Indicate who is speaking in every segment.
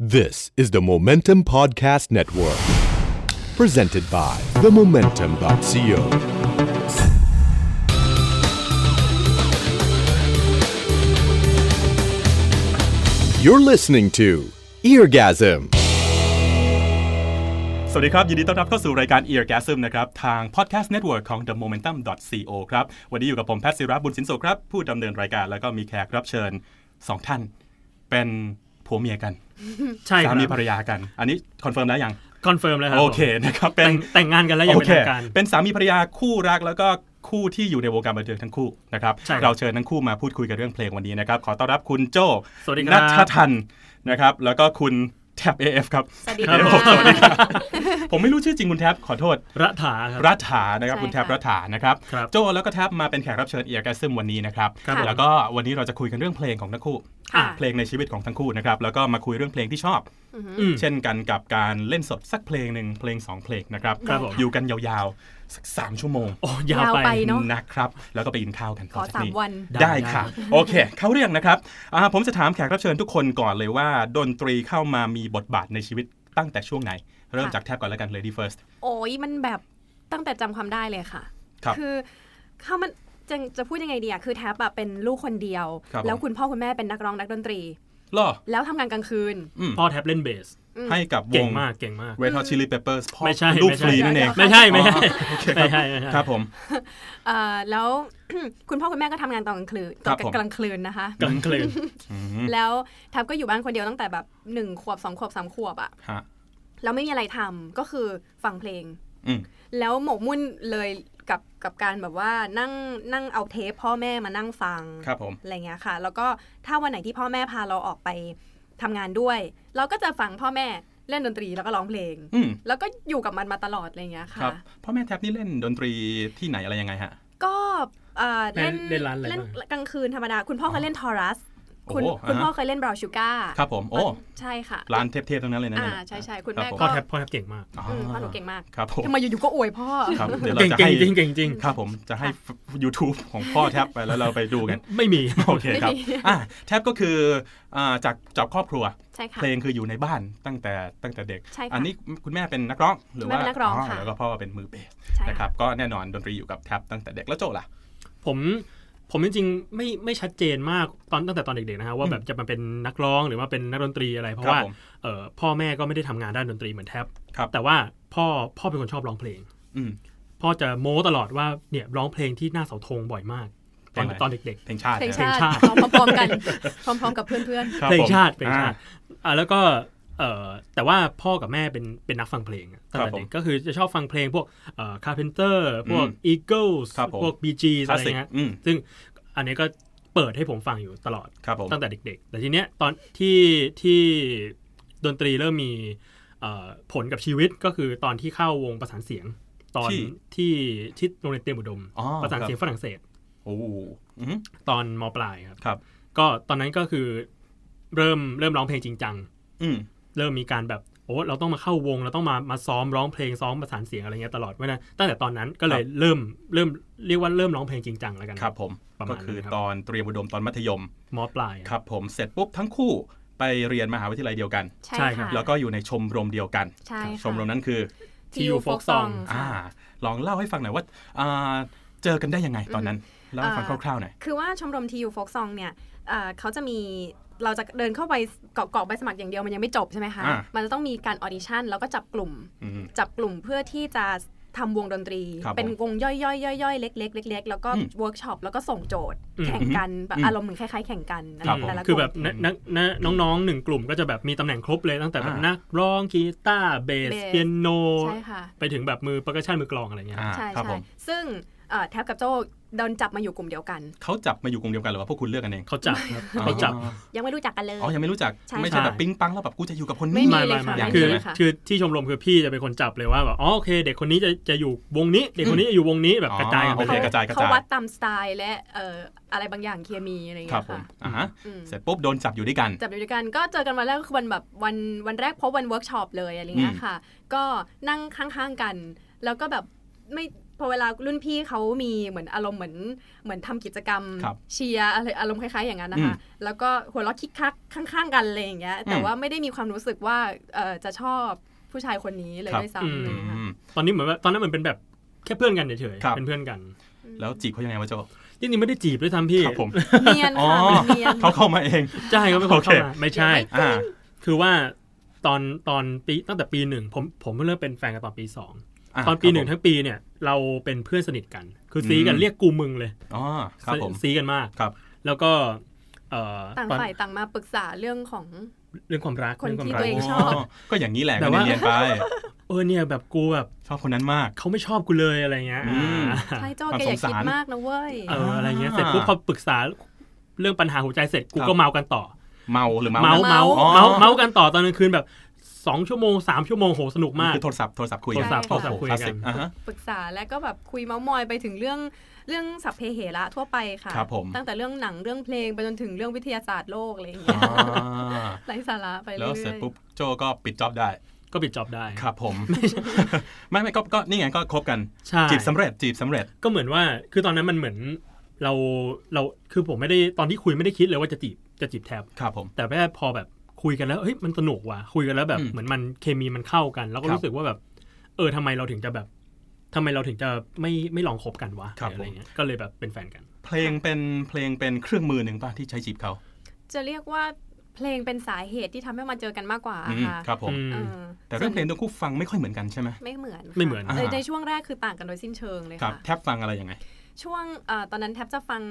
Speaker 1: This is the Momentum Podcast Network, presented by themomentum.co. You're listening to Eargasm.
Speaker 2: สวัสดีครับ ยินดีต้อนรับเข้าสู่รายการ Eargasm นะครับ ทาง podcast network ของ The Momentum co ครับ วันนี้อยู่กับผมแพทย์ศิระบุญสินโสครับ ผู้ดำเนินรายการแล้วก็มีแขกรับเชิญ 2 ท่าน เป็นผัวเมียกัน
Speaker 3: ใช่ค
Speaker 2: สา
Speaker 3: รับ
Speaker 2: มีภรรยากัน อันนี้คอนเฟิร์มแล้วยัง
Speaker 3: คอนเฟิร์มเลยครับ
Speaker 2: โอเคนะครับ เป็
Speaker 3: แต่
Speaker 2: น
Speaker 3: งแต่งงานกันแล้วอย่างเป็นทางการ
Speaker 2: เป็นสามีภรรยาคู่รักแล้วก็คู่ที่อยู่ในวงการบันเทิงทั้งคู่นะครับ
Speaker 3: ใช่ครับ
Speaker 2: เราเชิญทั้งคู่มาพูดคุยกันเรื่องเพลงวันนี้นะครับ ขอต้อนรับคุณโจ
Speaker 3: สวัสดีครับ
Speaker 2: นัททันนะครับ แล้วก็คุณแท็บ AF ครับ
Speaker 4: สวัสดี
Speaker 3: ค
Speaker 4: ค่ะ
Speaker 3: รับ
Speaker 2: ผมไม่รู้ชื่อจริงคุณแท็บขอโทษ
Speaker 3: รัฐาครับ
Speaker 2: รัฐานะครับ
Speaker 4: ใช่
Speaker 2: คุณแทบ
Speaker 4: ค่ะ
Speaker 2: รัฐานะครับ
Speaker 3: ครับ
Speaker 2: โจแล้วก็แทบมาเป็นแขกรับเชิญเอียร์แกซึมวันนี้นะครับ
Speaker 3: ครับ
Speaker 2: แล้วก็วันนี้เราจะคุยกันเรื่องเพลงของทั้งคู่
Speaker 4: ค่ะ
Speaker 2: เพลงในชีวิตของทั้งคู่นะครับแล้วก็มาคุยเรื่องเพลงที่ชอบ
Speaker 3: อืม
Speaker 2: เช่นกันกับการเล่นสดสักเพลงหนึ่งเพลงสองเพลงนะครับ
Speaker 3: ครับผม
Speaker 2: อยู่กันยาวๆสักสามชั่วโมง
Speaker 3: โอ้ยาวไป
Speaker 4: ยาวไป เนอะ
Speaker 2: นะครับแล้วก็ไปกินข้าวกัน
Speaker 4: ขอ
Speaker 2: ต่จก
Speaker 4: สามวัน
Speaker 2: ได้
Speaker 3: ได้
Speaker 2: ค่ะโอเค เข้าเรื่องนะครับอ่าผมจะถามแขกรับเชิญทุกคนก่อนเลยว่า ดนตรีเข้ามามีบทบาทในชีวิตตั้งแต่ช่วงไหน เริ่มจากแทบก่อนแล้วกัน lady first
Speaker 4: โอ้ยมันแบบตั้งแต่จำความได้เลยค่ะ
Speaker 2: ครับ
Speaker 4: อเข้ามันจะจะพูดยังไงดีอะคือแทบแบบเป็นลูกคนเดียว
Speaker 2: ครับผม
Speaker 4: แล้วคุณพ่อคุณแม่เป็นนักร้องนักดนตรี
Speaker 2: ล่อ
Speaker 4: แล้วทำงานกลางคืน
Speaker 3: พ่อแท็บเล่นเบส
Speaker 2: ให้กับว
Speaker 3: เก่ง
Speaker 2: ง
Speaker 3: มากเก่งมาก
Speaker 2: เวทฮอตชิลลี่เปเปอร์สพ่อ
Speaker 3: ไม่ใช่
Speaker 2: ลูก
Speaker 3: ไม่
Speaker 2: ฟ
Speaker 3: ใช่
Speaker 2: รีนั่นเอง
Speaker 3: ไม่ใช่ไม่ใช่
Speaker 2: โอเคครับ
Speaker 3: ไม่ใช่ไม่ใช่
Speaker 2: ครับผม
Speaker 4: เอ่อแล้ว คุณพ่อคุณแม่ก็ทำงานตอนกลางคืนต
Speaker 2: ค
Speaker 4: อน
Speaker 2: รับผม
Speaker 4: กลางคืนนะคะ
Speaker 3: กลางคืน
Speaker 4: แล้วแทบก็อยู่บ้านคนเดียวตั้งแต่แบบหนึ่งขวบสองขวบสามขวบอะ
Speaker 2: ฮะ
Speaker 4: แล้วไม่มีอะไรทำก็คือฟังเพลง
Speaker 2: อืม
Speaker 4: แล้วหมกมุ่นเลยกับกับการแบบว่านั่งนั่งเอาเทปพ่อแม่มานั่งฟัง
Speaker 2: ครับผม
Speaker 4: อะไรเงี้ยค่ะ แล้วก็ถ้าวันไหนที่พ่อแม่พาเราออกไปทำงานด้วย เราก็จะฟังพ่อแม่เล่นดนตรีแล้วก็ร้องเพลง
Speaker 2: อืม
Speaker 4: แล้วก็อยู่กับมันมาตลอดอะไรเงี้
Speaker 2: ค
Speaker 4: ยค่ะ
Speaker 2: รับพ่อแม่แท็บนี่เล่นดนตรีที่ไหนอะไรยังไงฮะ
Speaker 4: ก็เอ่อเล่น
Speaker 3: เล่นร้านอะไร
Speaker 4: เล่น
Speaker 3: บ้าง
Speaker 4: กลางคืนธรรมดา คุณพ่อเคยเล่นทอรัส
Speaker 2: โอ้
Speaker 4: คุณ
Speaker 2: โห
Speaker 4: คุณ
Speaker 2: อ่าฮะ
Speaker 4: พ่อเคยเล่นบราวชูก้า
Speaker 2: ครับผม โอ้
Speaker 4: ใช่ค่ะ
Speaker 2: ร้านเทพๆทั้งนั้นเลยนะ
Speaker 4: อ่า
Speaker 2: เนี่ย
Speaker 4: ใช่ใช่คุณ
Speaker 2: รับ
Speaker 4: แม่
Speaker 2: ผ
Speaker 4: ก็
Speaker 3: พ่อแท็บพ่อแท็บเก่งมาก
Speaker 4: อืมพ่อหนูเก่งมาก
Speaker 2: ครับผม
Speaker 4: ทำไมอยู่ๆก็อวยพ่อ
Speaker 2: ครับเดี๋ยวเรา
Speaker 3: เก่ง
Speaker 2: จะ
Speaker 3: เก่
Speaker 2: ให้
Speaker 3: งจริงเก่งจริง
Speaker 2: ครับผมจะให้ YouTube ของพ่อแท็บไปแล้วเราไปดูกัน
Speaker 3: ไม่มี
Speaker 2: โอเค ครับอ่ะแท็บก็คืออ่าจากจากครอบครัว
Speaker 4: ใช่ค่ะ
Speaker 2: เพลงคืออยู่ในบ้านตั้งแต่ตั้งแต่เด็ก
Speaker 4: ใช่ค่ะ
Speaker 2: อันี้คุณแม่เป็นนักร้องหรือว่า
Speaker 4: คุณแม่เป็นนักร้องค่ะ
Speaker 2: แล้วก็พ่อเป็นมือเบส
Speaker 4: ใช่
Speaker 2: นะครับก็แน่นอนดนตรีอยู่กับแท็บตั้งแต่เด็กแล้วโจล่ะ
Speaker 3: ผมผมจริงๆไม่ไม่ชัดเจนมากตอนตั้งแต่ตอนเด็กๆนะฮะว่าแบบจะมาเป็นนักร้องหรือว่าเป็นนักดนตรีอะไรเพราะ
Speaker 2: ครั
Speaker 3: ว่า
Speaker 2: บผม
Speaker 3: เอ่อพ่อแม่ก็ไม่ได้ทำงานด้านดนตรีเหมือนแท็บ
Speaker 2: ครับ
Speaker 3: แต่ว่าพ่อพ่อเป็นคนชอบร้องเพลง
Speaker 2: อืม
Speaker 3: พ่อจะโม้ตลอดว่าเนี่ยร้องเพลงที่หน้าเสาธงบ่อยมาก ตอน
Speaker 2: เพลงอะไร
Speaker 3: ตอนเด็ก
Speaker 2: เพลงชาติ
Speaker 4: เพลง
Speaker 2: นะ
Speaker 4: ชา
Speaker 3: เพล
Speaker 4: ติ
Speaker 3: งชาติ
Speaker 4: ร้องพร้อมๆกันพร้อมๆกับเพื่อน
Speaker 2: ครั
Speaker 3: ๆ
Speaker 2: บ
Speaker 3: เพลงชาติ
Speaker 2: ผม
Speaker 3: เพลงชาติ
Speaker 2: อ่
Speaker 3: อ่าแล้วก็เอ่อแต่ว่าพ่อกับแม่เป็นเป็นนักฟังเพลงอะตั้ง
Speaker 2: ค
Speaker 3: แต่
Speaker 2: รับผ
Speaker 3: เด็
Speaker 2: ม
Speaker 3: กก็คือจะชอบฟังเพลงพวกเอ่อ Carpenter พวก
Speaker 2: อืม
Speaker 3: Eagles
Speaker 2: ครับผม
Speaker 3: พวก BG
Speaker 2: คลา
Speaker 3: อะ
Speaker 2: ส
Speaker 3: ไร
Speaker 2: สิก
Speaker 3: เงี้ย
Speaker 2: อืม
Speaker 3: ซึ่งอันนี้ก็เปิดให้ผมฟังอยู่ตลอด
Speaker 2: ครับผม
Speaker 3: ตั้งแต่เด็ก ๆ แต่ทีเนี้ยตอนที่ที่ดนตรีเริ่มมีเอ่อผลกับชีวิตก็คือตอนที่เข้าวงประสานเสียงตอน
Speaker 2: ที่
Speaker 3: ที่ที่โรงเรียนเตรียมอุดม
Speaker 2: อ๋อ
Speaker 3: ประสาน
Speaker 2: ครับ
Speaker 3: เสียงฝรั่งเศส
Speaker 2: โอ้โหอืม
Speaker 3: ตอนมปลายครับ
Speaker 2: ครับ
Speaker 3: ก็ตอนนั้นก็คือเริ่มเริ่มร้องเพลงจริงจัง
Speaker 2: อืม
Speaker 3: เริ่มมีการแบบโอ้เราต้องมาเข้าวง เราต้องมามาซ้อมร้องเพลงซ้อมประสานเสียงอะไรเงี้ยตลอดเพราะฉะนั้นตั้งแต่ตอนนั้นก็เลย
Speaker 2: ครับ
Speaker 3: เริ่มเริ่มเรียกว่าเริ่มร้องเพลงจริงจังแล้วกัน
Speaker 2: ครับผม
Speaker 3: ประมาณ
Speaker 2: ก็คือ
Speaker 3: นั้นครับ
Speaker 2: ตอนเตรียมอุดมตอนมัธยม
Speaker 3: มปลาย
Speaker 2: ครับผมเสร็จปุ๊บทั้งคู่ไปเรียนมหาวิทยาลัยเดียวกัน
Speaker 4: ๆ
Speaker 3: ใช่
Speaker 4: ใช่
Speaker 3: ครั
Speaker 4: ค่ะ
Speaker 3: บ
Speaker 2: แล้วก็อยู่ในชมรมเดียวกัน
Speaker 4: ใช่ค่ะ
Speaker 2: ชมรมนั้นคือ
Speaker 4: ที่อยู่โฟกซอง
Speaker 2: อ่า
Speaker 4: ค่ะ
Speaker 2: ลองเล่าให้ฟังหน่อยว่าอ่าเจอกันได้ยังไงตอนนั้นเล่าให้ฟัง
Speaker 4: อ่า
Speaker 2: คร่าวๆหน่อย
Speaker 4: คือว่าชมรมทียูโฟกซองเนี่ยเอ่อเขาจะมีเราจะเดินเข้าไปเกาะเกาะใบสมัครอย่างเดียวมันยังไม่จบใช่ไหมคะ
Speaker 2: อ่ามั
Speaker 4: มันจะต้องมีการออดิชั่นแล้วก็จับกลุ่ม
Speaker 2: อืม
Speaker 4: จับกลุ่มเพื่อที่จะทำวงดนตรี
Speaker 2: ครับผม
Speaker 4: เป็นวงย่อยๆย่อยๆเล็กๆเล็กๆแล้วก็
Speaker 2: อืม
Speaker 4: เวิร์กช็อปแล้วก็ส่งโจทย์
Speaker 3: อืม
Speaker 4: แข่งกันแบบ
Speaker 2: อืม
Speaker 4: อารมณ์เหมือนคล้ายๆแข่งกันอะไร
Speaker 2: ครับผม
Speaker 4: แต่ละกลุ่ม
Speaker 3: คือแบบนนักนักน้องๆหนึ่งกลุ่มก็จะแบบมีตำแหน่งครบเลยตั้งแต่แบบ
Speaker 2: อ่านั
Speaker 3: นักร้องกีตาร์เบส
Speaker 4: เบส
Speaker 3: เปียโน
Speaker 4: ใช่ค่ะ
Speaker 3: ไปถึงแบบมือประกชันมือกลองอะไรเงี้ย
Speaker 2: อ่า
Speaker 4: ใช่
Speaker 2: ครับ
Speaker 4: ใช่
Speaker 2: ผม
Speaker 4: ซึ่งเอ่อแท็บกับโจโดนจับมาอยู่กลุ่มเดียวกัน
Speaker 2: เขาจับมาอยู่กลุ่มเดียวกันหรือว่าพวกคุณเลือกกันเอง
Speaker 3: เขาจับครับเขาจับ
Speaker 2: อ๋อ
Speaker 4: ยังไม่รู้จักกันเลย
Speaker 2: อ๋อยังไม่รู้จัก
Speaker 4: ใช่
Speaker 2: ไม่ใช่
Speaker 3: ค่ะ
Speaker 2: แบบปิ๊งปังแล้วแบบกูจะอยู่กับคน
Speaker 4: ไม่
Speaker 2: นี้
Speaker 4: มี
Speaker 3: ไม่
Speaker 4: เล
Speaker 3: ไม่
Speaker 4: ยค่ะ
Speaker 3: ไม่
Speaker 2: อย่าง
Speaker 3: คือ
Speaker 4: ไม่มีเลยค่ะ
Speaker 3: คือที่ชมรมคือพี่จะเป็นคนจับเลยว่าแบบอ๋อโอเค เด็กคนนี้จะจะอยู่วงนี้ เด็กคนนี้จะอยู่วงนี้แบบ
Speaker 2: อ๋อก
Speaker 3: ระจายกันไป
Speaker 2: โอ
Speaker 3: เล
Speaker 2: เค
Speaker 3: ย
Speaker 2: กระจายกระ
Speaker 4: เขา
Speaker 2: จาย
Speaker 4: วัดตามสไตล์และเอ่ออะไรบางอย่างเคมีอะไรอย่าง
Speaker 2: ครั
Speaker 4: เงี้
Speaker 2: บ
Speaker 4: ย
Speaker 2: ผม
Speaker 4: ค่ะ
Speaker 2: อ่าฮะ
Speaker 4: อืม
Speaker 2: เสร็จปุ๊บโดนจับอยู่ด้วยกัน
Speaker 4: จับอยู่ด้วยกันก็เจอกันวันแรกก็คือวันแบบวันวันแรกพบวันเวิร์กช็อปเลยอะไรเงี้
Speaker 2: อื
Speaker 4: ย
Speaker 2: ม
Speaker 4: ค่ะ ก็นั่งข้างๆกัน แล้วก็แบบไม่ พอเวลารุ่นพี่เขามีเหมือนอารมณ์เหมือนเหมือนทำกิจกรรม
Speaker 2: ครับ
Speaker 4: เชียร์อะไรอารมณ์คล้ายๆอย่างนั้นนะคะ แล้วก็หัวเราะคิกคักข้างๆกันอะไรอย่างเงี้ย แต่
Speaker 2: อืม
Speaker 4: ว่าไม่ได้มีความรู้สึกว่าเอ่อจะชอบผู้ชายคนนี้เลยด้วย
Speaker 3: อื
Speaker 4: ซ้ำ
Speaker 3: ม
Speaker 4: เลยค่ะ
Speaker 3: ตอนนี้เหมือนว่าตอนนั้นเหมือนเป็นแบบแค่เพื่อนกันเฉย
Speaker 2: ครับ
Speaker 3: ๆเป็นเพื่อนกัน
Speaker 2: แล้วจีบเขายังไงวะโจ
Speaker 3: จริงๆไม่ได้จีบด้วยซ้ำพี่
Speaker 2: ครับผม
Speaker 4: เนียน
Speaker 2: อ๋อ
Speaker 4: ค่ะมันเนียน
Speaker 2: เขาเข้ามาเอง
Speaker 3: ใช่เขาเป็นคนเข้ามาไม่ใช่
Speaker 2: อ่า
Speaker 3: คือว่าตอนตอนปีตั้งแต่ปีหนึ่งผมผมเพิ่งเริ่มเป็นแฟนกันตอนปีสอง
Speaker 2: อ่ะ
Speaker 3: ตอน
Speaker 2: ค
Speaker 3: ปี
Speaker 2: รับ
Speaker 3: หนึ่ง
Speaker 2: ผม
Speaker 3: ทั้งปีเนี่ย เราเป็นเพื่อนสนิทกัน คือซีกั
Speaker 2: อื
Speaker 3: น
Speaker 2: ม
Speaker 3: เรียกกูมึงเลย
Speaker 2: อ๋อครับผม
Speaker 3: ซีกันมาก
Speaker 2: ครับ
Speaker 3: แล้วก็เอ่อ
Speaker 4: ต่าง
Speaker 3: ตอน
Speaker 4: ฝ่ายต่างมาปรึกษาเรื่องของ
Speaker 3: เรื่องความรัก
Speaker 4: คน
Speaker 3: เรื่องความ
Speaker 4: ที่
Speaker 3: รัก
Speaker 4: ตัวเอง ชอบ
Speaker 2: ก็อย่างนี้แหละ
Speaker 3: แต่
Speaker 2: ก็
Speaker 3: ว่า
Speaker 2: เรียนไป
Speaker 3: เออเนี่ยแบบกูแบบ
Speaker 2: ชอบคนนั้นมาก
Speaker 3: เขาไม่ชอบกูเลยอะไรเงี้ย
Speaker 2: อืม
Speaker 3: อ่า
Speaker 4: ใช่โจ้แกอ
Speaker 2: ควา
Speaker 4: ย่า
Speaker 2: มสงสา
Speaker 4: คิด
Speaker 2: ร
Speaker 4: มากนะเว้ย
Speaker 3: เอออะไรเงี้ยเสร็จปุ๊บพอปรึกษาเรื่องปัญหาหัวใจเสร็จกู
Speaker 2: ครับ
Speaker 3: ก็เมากันต่อ
Speaker 2: เมาหรือเมา
Speaker 3: เมา
Speaker 2: นะ
Speaker 3: เมา
Speaker 2: อ๋อ
Speaker 3: เมาเมากันต่อตอนกลางคืนแบบสองชั่วโมงสามชั่วโมงโหสนุกมาก
Speaker 2: คือโทรศัพท์โทรศัพท์คุย
Speaker 4: โทรศัพท์
Speaker 2: โอ้โห
Speaker 3: โทรศัพท์คุย
Speaker 2: คลาส
Speaker 3: กัน
Speaker 2: สิกอ่ะฮะ
Speaker 4: ปรึกษาแล้วก็แบบคุยเมาส์มอยไปถึงเรื่องเรื่องสัพเพเหระทั่วไปค่ะ
Speaker 2: ครับผม
Speaker 4: ตั้งแต่เรื่องหนังเรื่องเพลงไปจนถึงเรื่องวิทยาศาสตร์โลกอะไรอย่าง
Speaker 2: อ่
Speaker 4: เงี้ย
Speaker 2: า
Speaker 4: ไร้สาระไปเรื่
Speaker 2: แล้
Speaker 4: อ
Speaker 2: วยเสร็จปุ๊บโจก็ปิดจ็อบได้
Speaker 3: ก็ปิดจอบได้
Speaker 2: ครับผม ไม่ไม่ก็ก็นี่ไงก็คบกัน
Speaker 3: ใช่
Speaker 2: จีบสำเร็จจีบสำเร็จ
Speaker 3: ก็เหมือนว่าคือตอนนั้นมันเหมือนเราเราคือผมไม่ได้ตอนที่คุยไม่ได้คิดเลยว่าจะจีบจะจีบแทบ
Speaker 2: ครับผม
Speaker 3: แต่แค่พอแบบคุยกันแล้วเฮ้ยมันสนุกว่ะคุยกันแล้วแบบ
Speaker 2: อืม
Speaker 3: เหมือนมันเคมีมันเข้ากัน แล้วก็
Speaker 2: ครับ
Speaker 3: รู้สึกว่าแบบ เออทำไมเราถึงจะแบบทำไมเราถึงจะไม่ไม่ลองคบกันวะ
Speaker 2: ครับ
Speaker 3: หรืออะไรเงี้ยก็เลยแบบเป็นแฟนกัน
Speaker 2: เพลงเป็นเพลงเป็นเครื่องมือหนึ่งป่ะที่ใช้จีบเขา
Speaker 4: จะเรียกว่าเพลงเป็นสาเหตุที่ทำให้มาเจอกันมากกว่า
Speaker 2: อืม
Speaker 4: ค่ะ
Speaker 2: ครับผม
Speaker 3: อืม
Speaker 4: เออ
Speaker 2: แต่เรื่องเพลงต้องคู่ฟังไม่ค่อยเหมือนกันใช่ไหม
Speaker 4: ไม่เหมือนค่ะ
Speaker 3: ไม่เหมือน
Speaker 4: ลย
Speaker 2: อ่า
Speaker 4: ในช่วงแรกคือต่างกันโดยสิ้นเชิงเลย
Speaker 2: ครับ
Speaker 4: ค่ะ
Speaker 2: แทบฟังอะไรยังไง
Speaker 4: ช่วงเอ่อตอนนั้นแทบจะฟัง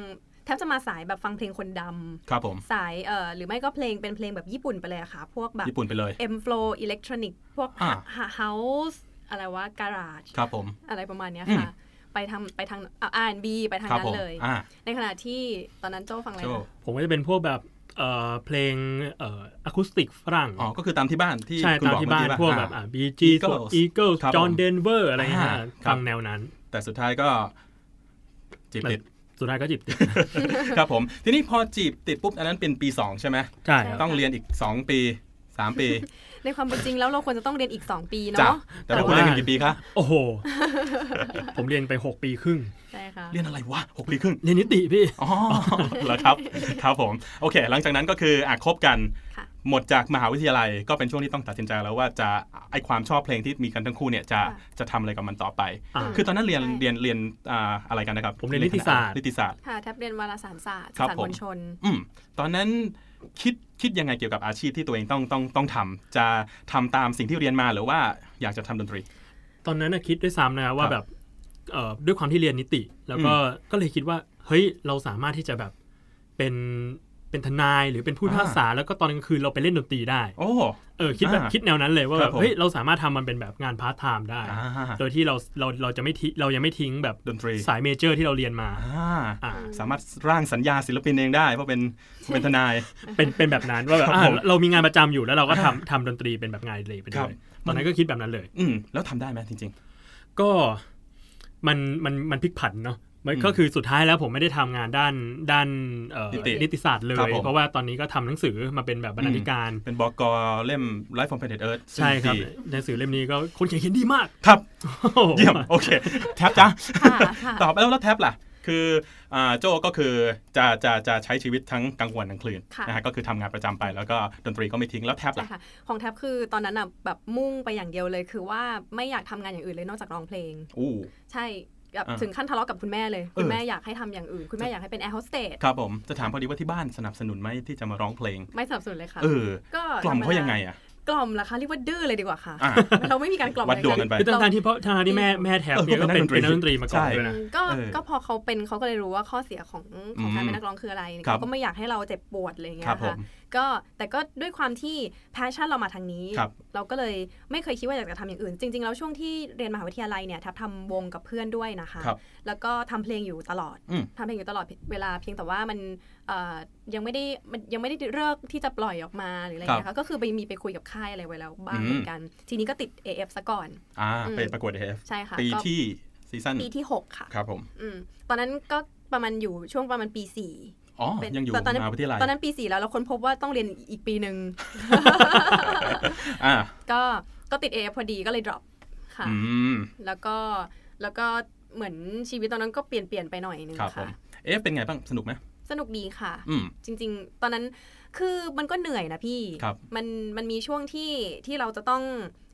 Speaker 4: แทบจะมาสายแบบฟังเพลงคนดำ
Speaker 2: ครับผม
Speaker 4: สายเอ่อหรือไม่ก็เพลงเป็นเพลงแบบญี่ปุ่นไปเลยอะค่ะ พวกแบบ
Speaker 2: ญี่ปุ่นไปเลย
Speaker 4: M Flow Electronic พวก
Speaker 2: อ่า
Speaker 4: เฮาส์อะไรวะ Garage
Speaker 2: ครับผม
Speaker 4: อะไรประมาณเนี้ย
Speaker 2: อืม
Speaker 4: ค่ะ ไปทางไปทางอ่า R&B ไปทาง
Speaker 2: ครับ
Speaker 4: นั้
Speaker 2: ผม
Speaker 4: นเลย
Speaker 2: อ่า
Speaker 4: ในขณะที่ตอนนั้นโจ้ฟังอะไร
Speaker 2: โจ
Speaker 4: คะ
Speaker 3: ผมก็จะเป็นพวกแบบเอ่อเพลงเอ่ออะคูสติกฝรั่ง
Speaker 2: อ๋อก็คือตามที่บ้านที่
Speaker 3: ใช่
Speaker 2: คุณ
Speaker 3: ตาม
Speaker 2: บอก
Speaker 3: ที่
Speaker 2: เมื่อ
Speaker 3: บ้าน
Speaker 2: กี้ป่ะ
Speaker 3: พวก
Speaker 2: อ่า
Speaker 3: แบบบีจีส
Speaker 2: Eagles
Speaker 3: อีเกิล
Speaker 2: ครับ
Speaker 3: จอห์น
Speaker 2: ผม
Speaker 3: เดนเวอร์อะไรเงี้ย
Speaker 2: อ่า
Speaker 3: ฮะ
Speaker 2: ครับ
Speaker 3: ฟังแนวนั้น
Speaker 2: แต่สุดท้ายก็จีบติด
Speaker 3: สุดท้ายก็จีบติด
Speaker 2: ครับผม ทีนี้พอจีบติดปุ๊บอันนั้นเป็นปี 2 ใช่ไหม
Speaker 3: ใช่ครับ
Speaker 2: ต้องเรียนอีก 2 ปี 3 ปี
Speaker 4: ในความเป็นจริงแล้วเราควรจะต้องเรียนอีก 2 ปี
Speaker 2: จ้ะ
Speaker 4: เนาะ
Speaker 2: แต่ว่าคุณเรียนกันกี่ปีคะ
Speaker 3: โอ้โห ผมเรียนไป 6 ปีครึ่ง
Speaker 4: ใช่ค่ะ
Speaker 2: เรียนอะไรวะหกปีครึ่ง
Speaker 3: เรียนนิติพี่
Speaker 2: อ๋อ เหรอครับครับผมโอเค หลังจากนั้นก็คืออ่ะคบกัน
Speaker 4: ค่ะ
Speaker 2: หมดจากมหาวิทยาลัยก็เป็นช่วงที่ต้องตัดสินใจแล้วว่าจะไอความชอบเพลงที่มีกันทั้งคู่เนี่ยจะจะทำอะไรกับมันต่อไป
Speaker 3: อ่า
Speaker 2: คือตอนนั้นเรียน
Speaker 4: ใช่
Speaker 2: เรียนเรียนอ่าอะไรกันนะครับ
Speaker 3: ผมเรียนนิติศาสตร์
Speaker 2: นิติศาสตร์
Speaker 4: ค่ะแทบเรียนวารสารศาสตร์
Speaker 2: ครั
Speaker 4: สา
Speaker 2: บ
Speaker 4: ร
Speaker 2: ผม
Speaker 4: มวลชน
Speaker 2: อืมตอนนั้นคิดคิดยังไงเกี่ยวกับอาชีพที่ตัวเองต้องต้องต้องทำจะทำตามสิ่งที่เรียนมาหรือว่าอยากจะทำดนตรี
Speaker 3: ตอนนั้นนะคิดด้วยซ้ำนะว่า
Speaker 2: ครับ
Speaker 3: แบบเอ่อด้วยความที่เรียนนิติ แล้วก็ก็เลยคิดว่า เฮ้ยเราสามารถที่จะแบบเป็นเป็นทนายหรือเป็นผู้พิพากษาแล้วก็ตอนกลางคืนเราไปเล่นดนตรีได้
Speaker 2: โอ้
Speaker 3: เออคิดแบบ
Speaker 2: อ่า
Speaker 3: คิดแนวนั้นเลยว่า
Speaker 2: ครั
Speaker 3: แบบ บ
Speaker 2: ผม
Speaker 3: เฮ้ยเราสามารถทำมันเป็นแบบงานพาร์ทไทม์ได้
Speaker 2: อ่า
Speaker 3: โดยที่เราเราเราจะไม่ทิ้งเรายังไม่ทิ้งแบบ
Speaker 2: ดนตรี
Speaker 3: สายเมเจอร์ที่เราเรียนมา
Speaker 2: อ่า
Speaker 3: อ่า
Speaker 2: สามารถร่างสัญญาศิลปินเองได้เพราะเป็นเป็นทนาย
Speaker 3: เป็นเป็นแบบนั้นว่าแบบ
Speaker 2: ครับ
Speaker 3: อ่า
Speaker 2: ผม
Speaker 3: เรามีงานประจำอยู่แล้วเราก็ทำทำดนตรีเป็นแบบงานอดิเลยไป
Speaker 2: ค
Speaker 3: ด้
Speaker 2: รั
Speaker 3: ว
Speaker 2: บ
Speaker 3: ยตอนนั้นก็คิดแบบนั้นเลย
Speaker 2: อืมแล้วทำได้ไหมจริง
Speaker 3: ก็มันมันมันพลิกผันเนาะมัน
Speaker 2: อืม
Speaker 3: ก็คือสุดท้ายแล้วผมไม่ได้ทำงานด้านด้านเอ่อ
Speaker 2: นิติ
Speaker 3: นิติศาสตร์เล
Speaker 2: ครับ
Speaker 3: ย
Speaker 2: ผม
Speaker 3: เพราะว่าตอนนี้ก็ทำหนังสือมาเป็นแบบบรรณาธิการ
Speaker 2: ๆ เป็นบกเล่ม Life from Planet Earth ซึ่ง
Speaker 3: ใช่ครับ
Speaker 2: ดี
Speaker 3: หนังสือเล่มนี้ก็คนเขียนเขียนดีมาก
Speaker 2: ครับ
Speaker 3: โอ้โห
Speaker 2: เยี่ยม โอเค แท็บจ้ะ
Speaker 4: ค่ะค่ะ
Speaker 2: ตอบแล้วแล้วแท็บล่ะ คืออ่าโจก็คือจะจะจะใช้ชีวิตทั้งกลางวันกลางคืน
Speaker 4: ค่ะ
Speaker 2: นะฮะก็คือทำงานประจำไปแล้วก็ดนตรีก็ไม่ทิ้งแล้วแท็บล่ะ
Speaker 4: ใช่ค่ะ ของแทบคือตอนนั้นน่ะแบบมุ่งไปอย่างเดียวเลย คือว่าไม่อยากทำงานอย่างอื่นเลยนอกจากร้องเพลง
Speaker 2: อู้
Speaker 4: ใช่แบบ
Speaker 2: อ่า
Speaker 4: ถึงขั้นทะเลาะกับคุณแม่เลย
Speaker 2: เออ
Speaker 4: คุณแม่อยากให้ทำอย่างอื่น คุณแม่อยากให้เป็นแอร์โฮสเตส
Speaker 2: ครับผมจะถามพอดีว่าที่บ้านสนับสนุนไหมที่จะมาร้องเพลง
Speaker 4: ไม่สนับสนุนเลยค่ะ
Speaker 2: เออ
Speaker 4: ก็
Speaker 2: กล่อม
Speaker 4: ธรรด
Speaker 2: เขายังไงอ่ะ
Speaker 4: กล่อมล่ะคะเรียกว่าดื้อเลยดีกว่าค่ะ
Speaker 2: อ่ะ
Speaker 4: เราไม่มีการกล่อม
Speaker 2: วัดดวง
Speaker 4: อะไร
Speaker 2: กันไป
Speaker 3: คือทางๆที่พ่อทางๆที่แม่แม่แทบ
Speaker 2: เออ
Speaker 3: เนี่ย
Speaker 2: ก็
Speaker 3: ก็
Speaker 2: เป็
Speaker 3: เป็น น
Speaker 2: นักดนตรี
Speaker 3: เป็นนักดนตรีมาก่อน
Speaker 2: ใช่
Speaker 3: ด้วยนะ
Speaker 4: ก็
Speaker 2: เออ
Speaker 4: ก็พอเขาเป็นเขาก็เลยรู้ว่าข้อเสียของของการ
Speaker 2: อืม
Speaker 4: เป็นนักร้องคืออะไร
Speaker 2: ครับ
Speaker 4: เขาก็ไม่อยากให้เราเจ็บปวดอะไรอย่างเงี้
Speaker 2: ค
Speaker 4: ย
Speaker 2: รับผม
Speaker 4: ค่ะก็แต่ก็ด้วยความที่แพชชั่นเรามาทางนี้
Speaker 2: ครับ
Speaker 4: เราก็เลยไม่เคยคิดว่าอยากจะทำอย่างอื่น จริงๆแล้วช่วงที่เรียนมหาวิทยาลัยเนี่ยแทับทำวงกับเพื่อนด้วยนะคะ
Speaker 2: ครับ
Speaker 4: แล้วก็ทำเพลงอยู่ตลอด
Speaker 2: อืม
Speaker 4: ทำเพลงอยู่ตลอดเวลาเพียงแต่ว่ามันเอ่อยังไม่ได้มันยังไม่ได้เลิกที่จะปล่อยออกมาหรืออะไรอย่างเงี้ยค่ะก็คือไปมีไปคุยกับค่ายอะไรไว้แล้วบ้างเหมือนกัน ทีนี้ก็ติด AF ซะก่อน
Speaker 2: อ่า
Speaker 4: อืม
Speaker 2: ไปประกวดเอฟ
Speaker 4: ใช่ค่ะ
Speaker 2: ปี
Speaker 4: ก็
Speaker 2: ที่ซีซั่น
Speaker 4: ปีที่หกค่ะ
Speaker 2: ครับผม
Speaker 4: อืมตอนนั้นก็ประมาณอยู่ช่วงประมาณปีสี่
Speaker 2: อ๋อ
Speaker 4: เป็น
Speaker 2: ยังอยู่
Speaker 4: แต่ตอนนั้
Speaker 2: ม
Speaker 4: น
Speaker 2: หาวิทยาลัย
Speaker 4: ตอนนั้นปีสี่แล้วเราค้นพบว่าต้องเรียนอีกปีหนึ่ง
Speaker 2: อ่า
Speaker 4: ก็ก็ติดเอพอดีก็เลย drop ค่ะ
Speaker 2: อืม
Speaker 4: แล้วก็แล้วก็ เหมือนชีวิตตอนนั้นก็เปลี่ยนเปลี่ยนไปหน่อยนึง
Speaker 2: ครับผ
Speaker 4: ค่ะ
Speaker 2: มเอฟเป็นไงบ้างสนุกไหม
Speaker 4: สนุกดีค่ะ
Speaker 2: อืม
Speaker 4: จริง ๆ ตอนนั้นคือมันก็เหนื่อยนะพี่
Speaker 2: ครับ
Speaker 4: มันมันมีช่วงที่ที่เราจะต้อง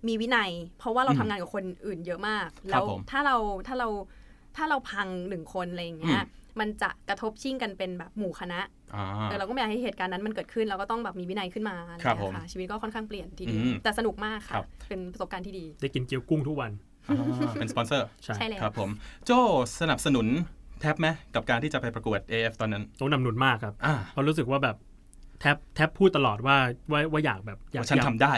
Speaker 4: มีวินัย เพราะว่าเรา
Speaker 2: อืม
Speaker 4: ทำงานกับคนอื่นเยอะมาก
Speaker 2: ครั
Speaker 4: แล้
Speaker 2: บ
Speaker 4: ว
Speaker 2: ผม
Speaker 4: ถ้าเราถ้าเราถ้าเราพังหนึ่งคนอะไรอย่างเงี้
Speaker 2: อื
Speaker 4: ย
Speaker 2: ม
Speaker 4: มันจะกระทบชิ่งกันเป็นแบบหมู่คณะ
Speaker 2: อ่า
Speaker 4: เออเราก็ไม่อยากให้เหตุการณ์นั้นมันเกิดขึ้นเราก็ต้องแบบมีวินัยขึ้นมาอะไรอ
Speaker 2: ครับ
Speaker 4: ย่างเงี้ยค่ะชีวิตก็ค่อนข้างเปลี่ยนทีเดียว
Speaker 2: อืม
Speaker 4: แต่สนุกมาก
Speaker 2: ครั
Speaker 4: ค่ะ
Speaker 2: บ
Speaker 4: เป็นประสบการณ์ที่ดี
Speaker 3: ได้กินเกี๊ยวกุ้งทุกวัน
Speaker 2: อ่าเป็นสปอนเซอร์
Speaker 3: ใช่
Speaker 4: ใช่แล้ว
Speaker 2: ครับผม โจสนับสนุนแท็บไหมกับการที่จะไปประกวด AF ตอนนั้น
Speaker 3: ต้องนำหนุนมากครับ
Speaker 2: อ่า
Speaker 3: เพราะรู้สึกว่าแบบแทบแทบพูดตลอดว่าว่าว่าอยากแบบอยาก
Speaker 2: ฉัน
Speaker 3: อยาก
Speaker 2: ทำได้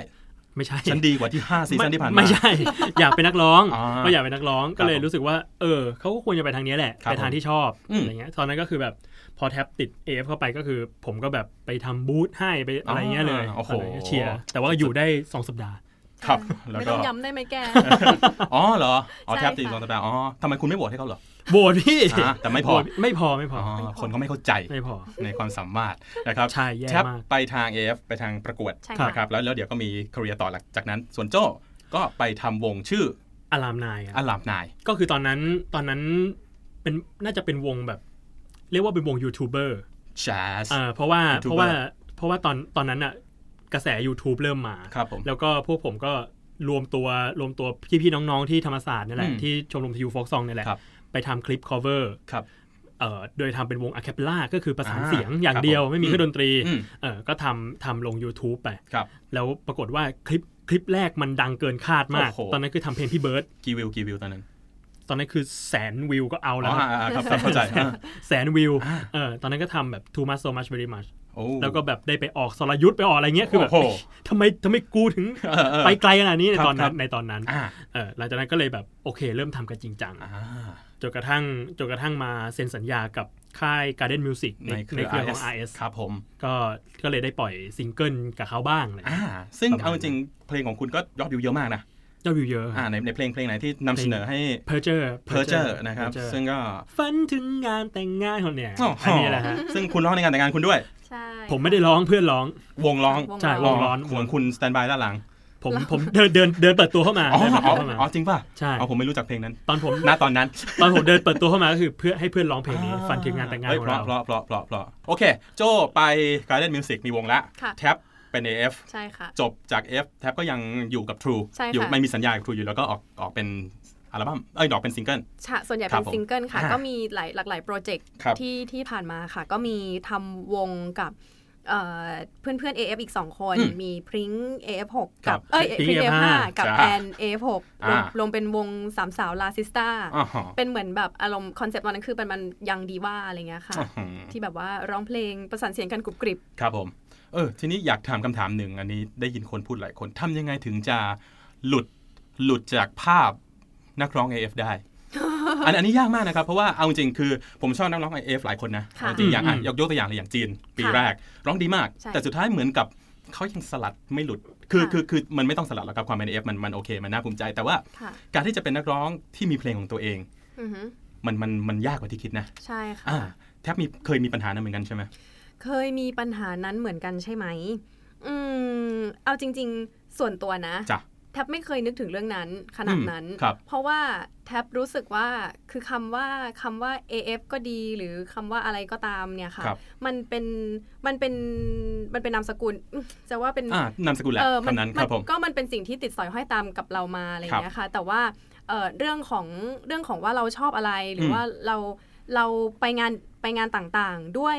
Speaker 3: ไม่ใช่
Speaker 2: ฉันดีกว่าที่ 5 ซีซั่นที่ผ่านมา
Speaker 3: ไม่ใช่ อยากเป็นนักร้อง
Speaker 2: อ่า
Speaker 3: ก็อยากเป็นนักร้อง
Speaker 2: ครับ
Speaker 3: ก็เลยรู้สึกว่า เออเขาก็ควรจะไปทางนี้แหละ
Speaker 2: ครับ
Speaker 3: ไปทางที่ชอบ
Speaker 2: อืม
Speaker 3: อะไรเงี้ยตอนนั้นก็คือแบบพอแท็บติด AF เข้าไปก็คือ ผมก็แบบไปทำบูธให้ไปอะไรเงี้ยเลย
Speaker 2: อ่าโอ้โห
Speaker 3: ตนนั้นเชียร์แต่ว่าอยู่ได้ 2 สัปดาห์
Speaker 2: ครับแล้ว
Speaker 4: ไม่
Speaker 2: ก็
Speaker 4: ต้องย้ำได้ไหม แก
Speaker 2: อ๋อเหรอ อ๋อ
Speaker 4: ใช่
Speaker 2: แทบตี
Speaker 4: ค่ะ
Speaker 2: สองสัปดาห์อ๋อทำไมคุณไม่โหวตให้เขาเหรอ
Speaker 3: โบดพี่
Speaker 2: อ่าแต่ไม่พอ
Speaker 3: โหวตไม่พอไม่พ
Speaker 2: อ๋
Speaker 3: อ
Speaker 2: อ คนก็ไม่เข้าใจ
Speaker 3: ไม่พอ
Speaker 2: ในความสามารถนะครับ
Speaker 3: ใช่แย่
Speaker 2: แทบ
Speaker 3: มาก
Speaker 2: ไปทาง AF ไปทางประกวด
Speaker 4: ใช่
Speaker 3: ครับ
Speaker 2: นะครับแล้วแล้วเดี๋ยวก็มีคาเรียต่อหลังจากนั้น ส่วนโจก็ไปทำวงชื่อ
Speaker 3: อารามนายค
Speaker 2: อา
Speaker 3: รั
Speaker 2: ลาม
Speaker 3: บ
Speaker 2: นาย
Speaker 3: ก็คือตอนนั้นตอนนั้นเป็นน่าจะเป็นวงแบบ เรียกว่าเป็นวงยูทูบเบอร์
Speaker 2: แจ๊ส
Speaker 3: อ่าเพราะว่าเพ
Speaker 2: YouTuber
Speaker 3: ราะว่าเพราะว่าตอนตอนนั้นอะกระแส YouTube เริ่มมา
Speaker 2: ครับผม
Speaker 3: แล้วก็พวกผมก็รวมตัวรวมตัวพี่ๆน้องๆที่ธรรมศาสตร์นี่แหละ
Speaker 2: อืม
Speaker 3: ที่ชมรมทีวฟอกซองนี่แหละ
Speaker 2: ครับ
Speaker 3: ไปทำคลิป cover
Speaker 2: ครับ
Speaker 3: เอ่อโดยทำเป็นวงอะคาเปล่าก็คือประสาน
Speaker 2: อ่า
Speaker 3: เสียงอย่า
Speaker 2: ค
Speaker 3: ง
Speaker 2: รับ
Speaker 3: เดียว
Speaker 2: ผม
Speaker 3: ไม่มีเครื่องดนตรี
Speaker 2: อืม
Speaker 3: เออก็ทำทำลง YouTube ไป
Speaker 2: ครับ
Speaker 3: แล้วปรากฏว่าคลิปคลิปแรกมันดังเกินคาดมาก
Speaker 2: โอ้โห
Speaker 3: ตอนนั้นคือทำเพลงพี่เบิร์ด
Speaker 2: กี่วิวกี่วิวตอนนั้น
Speaker 3: ตอนนั้นคือแสนวิวก็เอา
Speaker 2: อ๋
Speaker 3: แล้ว
Speaker 2: อ
Speaker 3: ครับ
Speaker 2: อ่าอ่า ครับครับเข้าใจอ่า
Speaker 3: แสนวิวเออตอนนั้นก็ทำแบบ too much so much very much
Speaker 2: โอ้
Speaker 3: แล้วก็แบบได้ไปออกสรยุทธ์ไปออกอะไรเงี้ยคือแบบ
Speaker 2: โอ้โห
Speaker 3: ทำไมทำไมกูถึง
Speaker 2: เออเออ
Speaker 3: ไปไกลขนาดนี้ใน
Speaker 2: ครับ
Speaker 3: ตอนนั้
Speaker 2: ค
Speaker 3: น
Speaker 2: รับ
Speaker 3: ในตอนนั้น
Speaker 2: อ่า
Speaker 3: เออหลังจากนั้นก็เลยแบบโอเคเริ่มทำกันจริงจัง
Speaker 2: อ่า
Speaker 3: จนกระทั่งจนกระทั่งมาเซ็นสัญญากับค่าย Garden Music ในในเครือของ RS
Speaker 2: ครับผม
Speaker 3: ก็ก็เลยได้ปล่อยซิงเกิลกับเขาบ้างเลย
Speaker 2: อ่า ซึ่ง
Speaker 3: ประมาณ
Speaker 2: เอาจริงๆเพลงของคุณก็ยอดวิวเยอะมากนะ
Speaker 3: ยอดวิวเยอะ
Speaker 2: อ่า ในในเพลงเพลงไหนที่นำเสนอให้
Speaker 3: เพอร์เจอร์
Speaker 2: เพอร์เจอร์นะครับ ซึ่งก็
Speaker 3: ฝันถึงงานแต่งงานของเนี่ย
Speaker 2: โอ้โห
Speaker 3: อันนี้แหละฮะ
Speaker 2: ซึ่งคุณร้องในงานแต่งงานคุณด้วย
Speaker 4: ใช่
Speaker 3: ผมไม่ได้ร้องเพื่อนร้อง
Speaker 2: วงร้อง
Speaker 3: ใช่
Speaker 4: วง
Speaker 3: ว
Speaker 4: ร้อง ง
Speaker 3: ร้อน
Speaker 2: วงคุณสแตนบายด้านหลัง
Speaker 3: ผมผมเดินเดินเดินเปิดตัวเข้ามา
Speaker 2: อ๋อ
Speaker 3: เดินเปิด
Speaker 2: อ๋อ
Speaker 3: ตัวเข้ามา
Speaker 2: อ๋อจริงป่ะ
Speaker 3: ใช่
Speaker 2: อ๋อผมไม่รู้จักเพลงนั้น
Speaker 3: ตอนผม
Speaker 2: ณตอนนั้น
Speaker 3: ตอนผมเดินเปิดตัวเข้ามาก็คือเพื่อให้เพื่อนร้องเพลงนี้ฝันถึงงานแต่งงาน
Speaker 2: ฮ้ย
Speaker 3: ของ
Speaker 2: เพราะ
Speaker 3: เรา
Speaker 2: เพราะเพราะเพราะเพราะโอเค โจไป Garden Music มีวงละ
Speaker 4: ค่ะ
Speaker 2: แท็บเป็น AF
Speaker 4: ใช่ค่ะ
Speaker 2: จบจาก F แท็บก็ยังอยู่กับ True
Speaker 4: ใช่ค่ะ
Speaker 2: อยู่ไม่มีสัญญากับ True อยู่แล้วก็ออกออกเป็นอัลบั้มเอ้ยออกเป็นซิงเกิล
Speaker 4: ใช่ส่วนใหญ่
Speaker 2: ครั
Speaker 4: เป็
Speaker 2: บ
Speaker 4: น
Speaker 2: ผม
Speaker 4: ซิงเกิลค่ะ
Speaker 2: อ่า
Speaker 4: ก็มีหลายหลากหลายโปรเจกต์
Speaker 2: ครับ
Speaker 4: ที่ที่ผ่านมาค่ะ ก็มีทำวงกับเอ่อเพื่อนเพื่อน AF อีก 2 คน
Speaker 2: อืม
Speaker 4: มีพริ้ง AF6
Speaker 2: ครั
Speaker 4: กั
Speaker 2: บบ
Speaker 4: เอ้ย
Speaker 3: Pring
Speaker 4: พริ้ง
Speaker 3: AF5
Speaker 4: AF5 กับ
Speaker 2: จ้า
Speaker 4: แอน AF6 รวม
Speaker 2: อ่าร
Speaker 4: รวมเป็นวงสามสาวลาซิสตา
Speaker 2: อ๋อฮะ
Speaker 4: เป็นเหมือนแบบอารมณ์คอนเซปต์ตอนนั้นคือเป็นมันยังดีว่าอะไรเงี้ยค่ะ
Speaker 2: อ๋อฮะ
Speaker 4: ที่แบบว่าร้องเพลงประสานเสียงกันกรุบกริบ
Speaker 2: ครับผม เออ ทีนี้อยากถามคำถามหนึ่ง อันนี้ได้ยินคนพูดหลายคนทำยังไงถึงจะหลุดหลุดจากภาพนักร้อง AF ได้ อันอันนี้ยากมากนะครับ เพราะว่าเอาจริงๆคือผมชอบนักร้อง AF หลายคนนะ
Speaker 4: ค่ะ
Speaker 2: เอาจริงอย่างอ่ะ
Speaker 3: อืม
Speaker 2: ยกยกตัวอย่างเลยอย่างจีน ปี
Speaker 4: ค่ะ
Speaker 2: แรก ร้องดีมาก
Speaker 4: ใช่
Speaker 2: แต่สุดท้ายเหมือนกับเขายังสลัดไม่หลุด คือ
Speaker 4: ค่ะ
Speaker 2: คือคือมันไม่ต้องสลัดหรอกครับความเป็น AF มันมันโอเค มันน่าภูมิใจ แต่ว่า
Speaker 4: ค่ะ
Speaker 2: การที่จะเป็นนักร้องที่มีเพลงของตัวเอง
Speaker 4: อือหือ
Speaker 2: มันมันมันยากกว่าที่คิดนะ
Speaker 4: ใช่ค่ะ
Speaker 2: อ่าแทบมีเคยมีปัญหานั้นเหมือนกันใช่ไหม
Speaker 4: เคยมีปัญหานั้นเหมือนกันใช่ไหม อืม เอาจริง ๆ ส่วนตัวนะ
Speaker 2: จ้ะ
Speaker 4: แทบไม่เคยนึกถึงเรื่องนั้นขนาดนั้น
Speaker 2: อืมครับ
Speaker 4: เพราะว่าแทบรู้สึกว่าคือคำว่าคำว่า AF ก็ดีหรือคำว่าอะไรก็ตามเนี่ยค่ะ
Speaker 2: ครับ
Speaker 4: มันเป็นมันเป็นมันเป็นนามสกุลอืมจะว่าเป็น
Speaker 2: อ่านามสกุลแหละ
Speaker 4: เออมั
Speaker 2: คำนั้นครับผม
Speaker 4: ก็มันเป็นสิ่งที่ติดสอยห้อยตามกับเรามาอะไรอย่างเงี้ยค่ะ แต่ว่าเอ่อเรื่องของเรื่องของว่าเราชอบอะไรหรือ
Speaker 2: ม
Speaker 4: ว่าเราเราไปงานไปงานต่างๆด้วย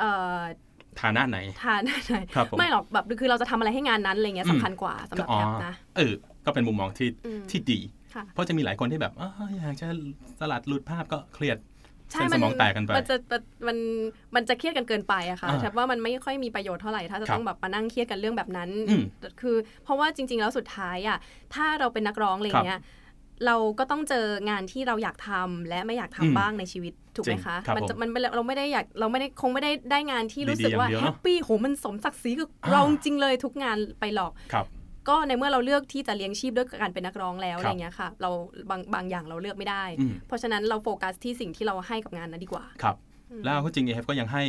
Speaker 4: เอ่อ
Speaker 2: ฐานะไหน
Speaker 4: ทาน
Speaker 2: ครับผม
Speaker 4: ไม่หรอกแบบคือเราจะทำอะไรให้งานนั้นอะไรเงี้ยสำคัญกว่าสำหรับ
Speaker 2: อ๋อ
Speaker 4: แอปนะ
Speaker 2: เออ ก็เป็นมุมมองที่
Speaker 4: อืม
Speaker 2: ที่ดี
Speaker 4: ค่ะ
Speaker 2: เพราะจะมีหลายคนที่แบบอ๋ออยากจะสลัดหลุดภาพก็เครียด
Speaker 4: ใช่
Speaker 2: เส้นสมองแตกกันไป
Speaker 4: มันจะมันมันจะเครียดกันเกินไปอะค่ะ
Speaker 2: อ่า
Speaker 4: แต่ว่ามันไม่ค่อยมีประโยชน์เท่าไหร่ถ้าจะ
Speaker 2: ครับ
Speaker 4: ต้องแบบมานั่งเครียดกันเรื่องแบบนั้น
Speaker 2: อืม
Speaker 4: คือ เพราะว่าจริง ๆ แล้วสุดท้ายอะถ้าเราเป็นนักร้องอะไรเงี้ยเราก็ต้องเจองานที่เราอยากทำและไม่อยากทำ
Speaker 2: อืม
Speaker 4: บ้างในชีวิตถูกไห
Speaker 2: จ
Speaker 4: ม
Speaker 2: ริง
Speaker 4: คะ
Speaker 2: ครับ
Speaker 4: มันจะ
Speaker 2: ผม
Speaker 4: มันเราไม่ได้อยากเราไม่ได้คงไม่ได้ได้งานที่รู้สึก
Speaker 2: ดีๆอย่าง
Speaker 4: ว่า
Speaker 2: เดียว
Speaker 4: แฮ
Speaker 2: เนอะ
Speaker 4: ปปี้โหมันสมศักดิ์ศรีกับ
Speaker 2: อ่า
Speaker 4: เราจริงๆเลยทุกงานไปหรอก
Speaker 2: ครับ
Speaker 4: ก็ในเมื่อเราเลือกที่จะเลี้ยงชีพด้วยการเป็นนักร้องแล้ว
Speaker 2: ครับ
Speaker 4: อะไรเงี้ยค่ะ เราบางบางอย่างเราเลือกไม่ได้
Speaker 2: อืม
Speaker 4: เพราะฉะนั้นเราโฟกัสที่สิ่งที่เราให้กับงานนั้นดีกว่า
Speaker 2: ครับ แล้วก็จริงเอฟก็ยังให้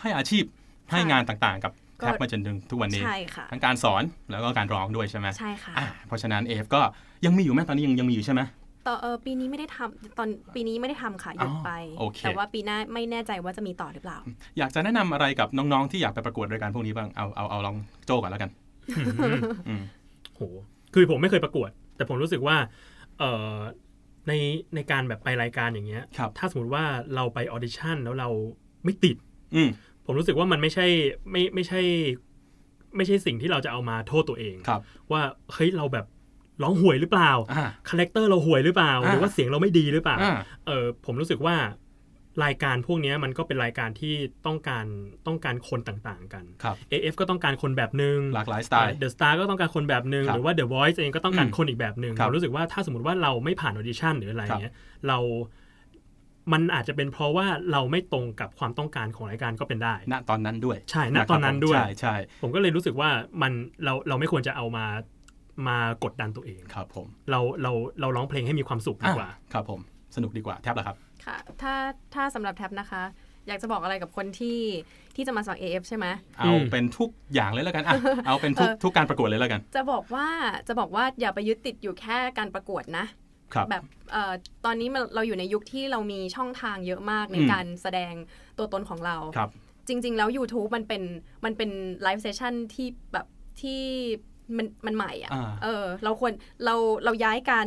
Speaker 2: ให้อาชีพให้งานต่างๆ กับ
Speaker 4: ก็
Speaker 2: แท็บมาจนถึงทุกวันนี้
Speaker 4: ใช่ค่ะ
Speaker 2: ทั้งการสอนแล้วก็การร้องด้วยใช่ไหม
Speaker 4: ใช่ค่ะ
Speaker 2: อ่าเพราะฉะนั้นเอฟก็ยังมีอยู่ไหมตอนนี้ยังยังมีอยู่ใช่ไหม
Speaker 4: ต่อเออปีนี้ไม่ได้ทำตอนปีนี้ไม่ได้ทำค่ะหยุดไป
Speaker 2: อ๋อโอเค
Speaker 4: แต่ว่าปีหน้าไม่แน่ใจว่าจะมีต่อหรือเปล่า
Speaker 2: อยากจะแนะนำอะไรกับน้องๆที่อยากไปประกวดรายการพวกนี้บ้างเอาเอาเอาลองโจก่อนแล้วกัน อืม
Speaker 3: โหคือผมไม่เคยประกวด แต่ผมรู้สึกว่าเออในในการแบบไปรายการอย่างเงี้ย
Speaker 2: ครับ
Speaker 3: ถ้าสมมติว่าเราไปออดิชั่นแล้วเราไม่ติด
Speaker 2: อืม
Speaker 3: ผมรู้สึกว่ามันไม่ใช่ไม่ไม่ใช่ ไม่ใช่สิ่งที่เราจะเอามาโทษตัวเอง
Speaker 2: ครับ
Speaker 3: ว่าเฮ้ยเราแบบร้องห่วยหรือเปล่า
Speaker 2: อ่า
Speaker 3: คาแรคเตอร์เราห่วยหรือเปล่า
Speaker 2: อ่า
Speaker 3: หรือว่าเสียงเราไม่ดีหรือเปล่า
Speaker 2: อ่า
Speaker 3: เออผมรู้สึกว่ารายการพวกเนี้ยมันก็เป็นรายการที่ต้องการต้องการคนต่างๆกัน
Speaker 2: ครับ
Speaker 3: AF ก็ต้องการคนแบบนึง
Speaker 2: หลากหลายสไตล์
Speaker 3: เดอะสตาร์ก็ต้องการคนแบบหนึ่ง
Speaker 2: ครับ
Speaker 3: หรือว่า The Voice เองก็ต้องการ
Speaker 2: อืม
Speaker 3: คนอีกแบบหนึ่ง
Speaker 2: ครั
Speaker 3: ผ
Speaker 2: บ
Speaker 3: มรู้สึกว่าถ้าสมมติว่าเราไม่ผ่านออดิชั่นหรืออะไร
Speaker 2: ครับ
Speaker 3: เงี้ยเรามันอาจจะเป็นเพราะว่าเราไม่ตรงกับความต้องการของรายการก็เป็นได้
Speaker 2: ณตอนนั้นด้วย
Speaker 3: ใช่ณตอนนั้นด้วย
Speaker 2: ใช่ใช่
Speaker 3: ผมก็เลยรู้สึกว่ามันเราเราไม่ควรจะเอามามากดดันตัวเอง
Speaker 2: ครับผม
Speaker 3: เราเราเราร้องเพลงให้มีความสุขดีกว่า
Speaker 2: อ่ะครับผมสนุกดีกว่าแทบละครับ
Speaker 4: ค่ะ ถ้าถ้าสำหรับแท็บนะคะ อยากจะบอกอะไรกับคนที่ที่จะมาสมัคร AF ใช่ไหม
Speaker 2: เอา
Speaker 3: อืม
Speaker 2: เป็นทุกอย่างเลยแล้วกันอ่ะเอาเป็นทุก
Speaker 4: เออ
Speaker 2: ทุกการประกวดเลยแล้วกัน
Speaker 4: จะบอกว่าจะบอกว่าอย่าไปยึดติดอยู่แค่การประกวดนะ
Speaker 2: ครับ
Speaker 4: แบบเอ่อตอนนี้มันเราอยู่ในยุคที่เรามีช่องทางเยอะมากใน
Speaker 2: อืม
Speaker 4: การแสดงตัวตนของเรา
Speaker 2: ครับ
Speaker 4: จริง ๆ แล้ว YouTube มันเป็นมันเป็นไลฟ์เซสชั่นที่แบบที่มันมันใหม่
Speaker 2: อ่า
Speaker 4: อะ่ะเออเราควรเราเราย้ายการ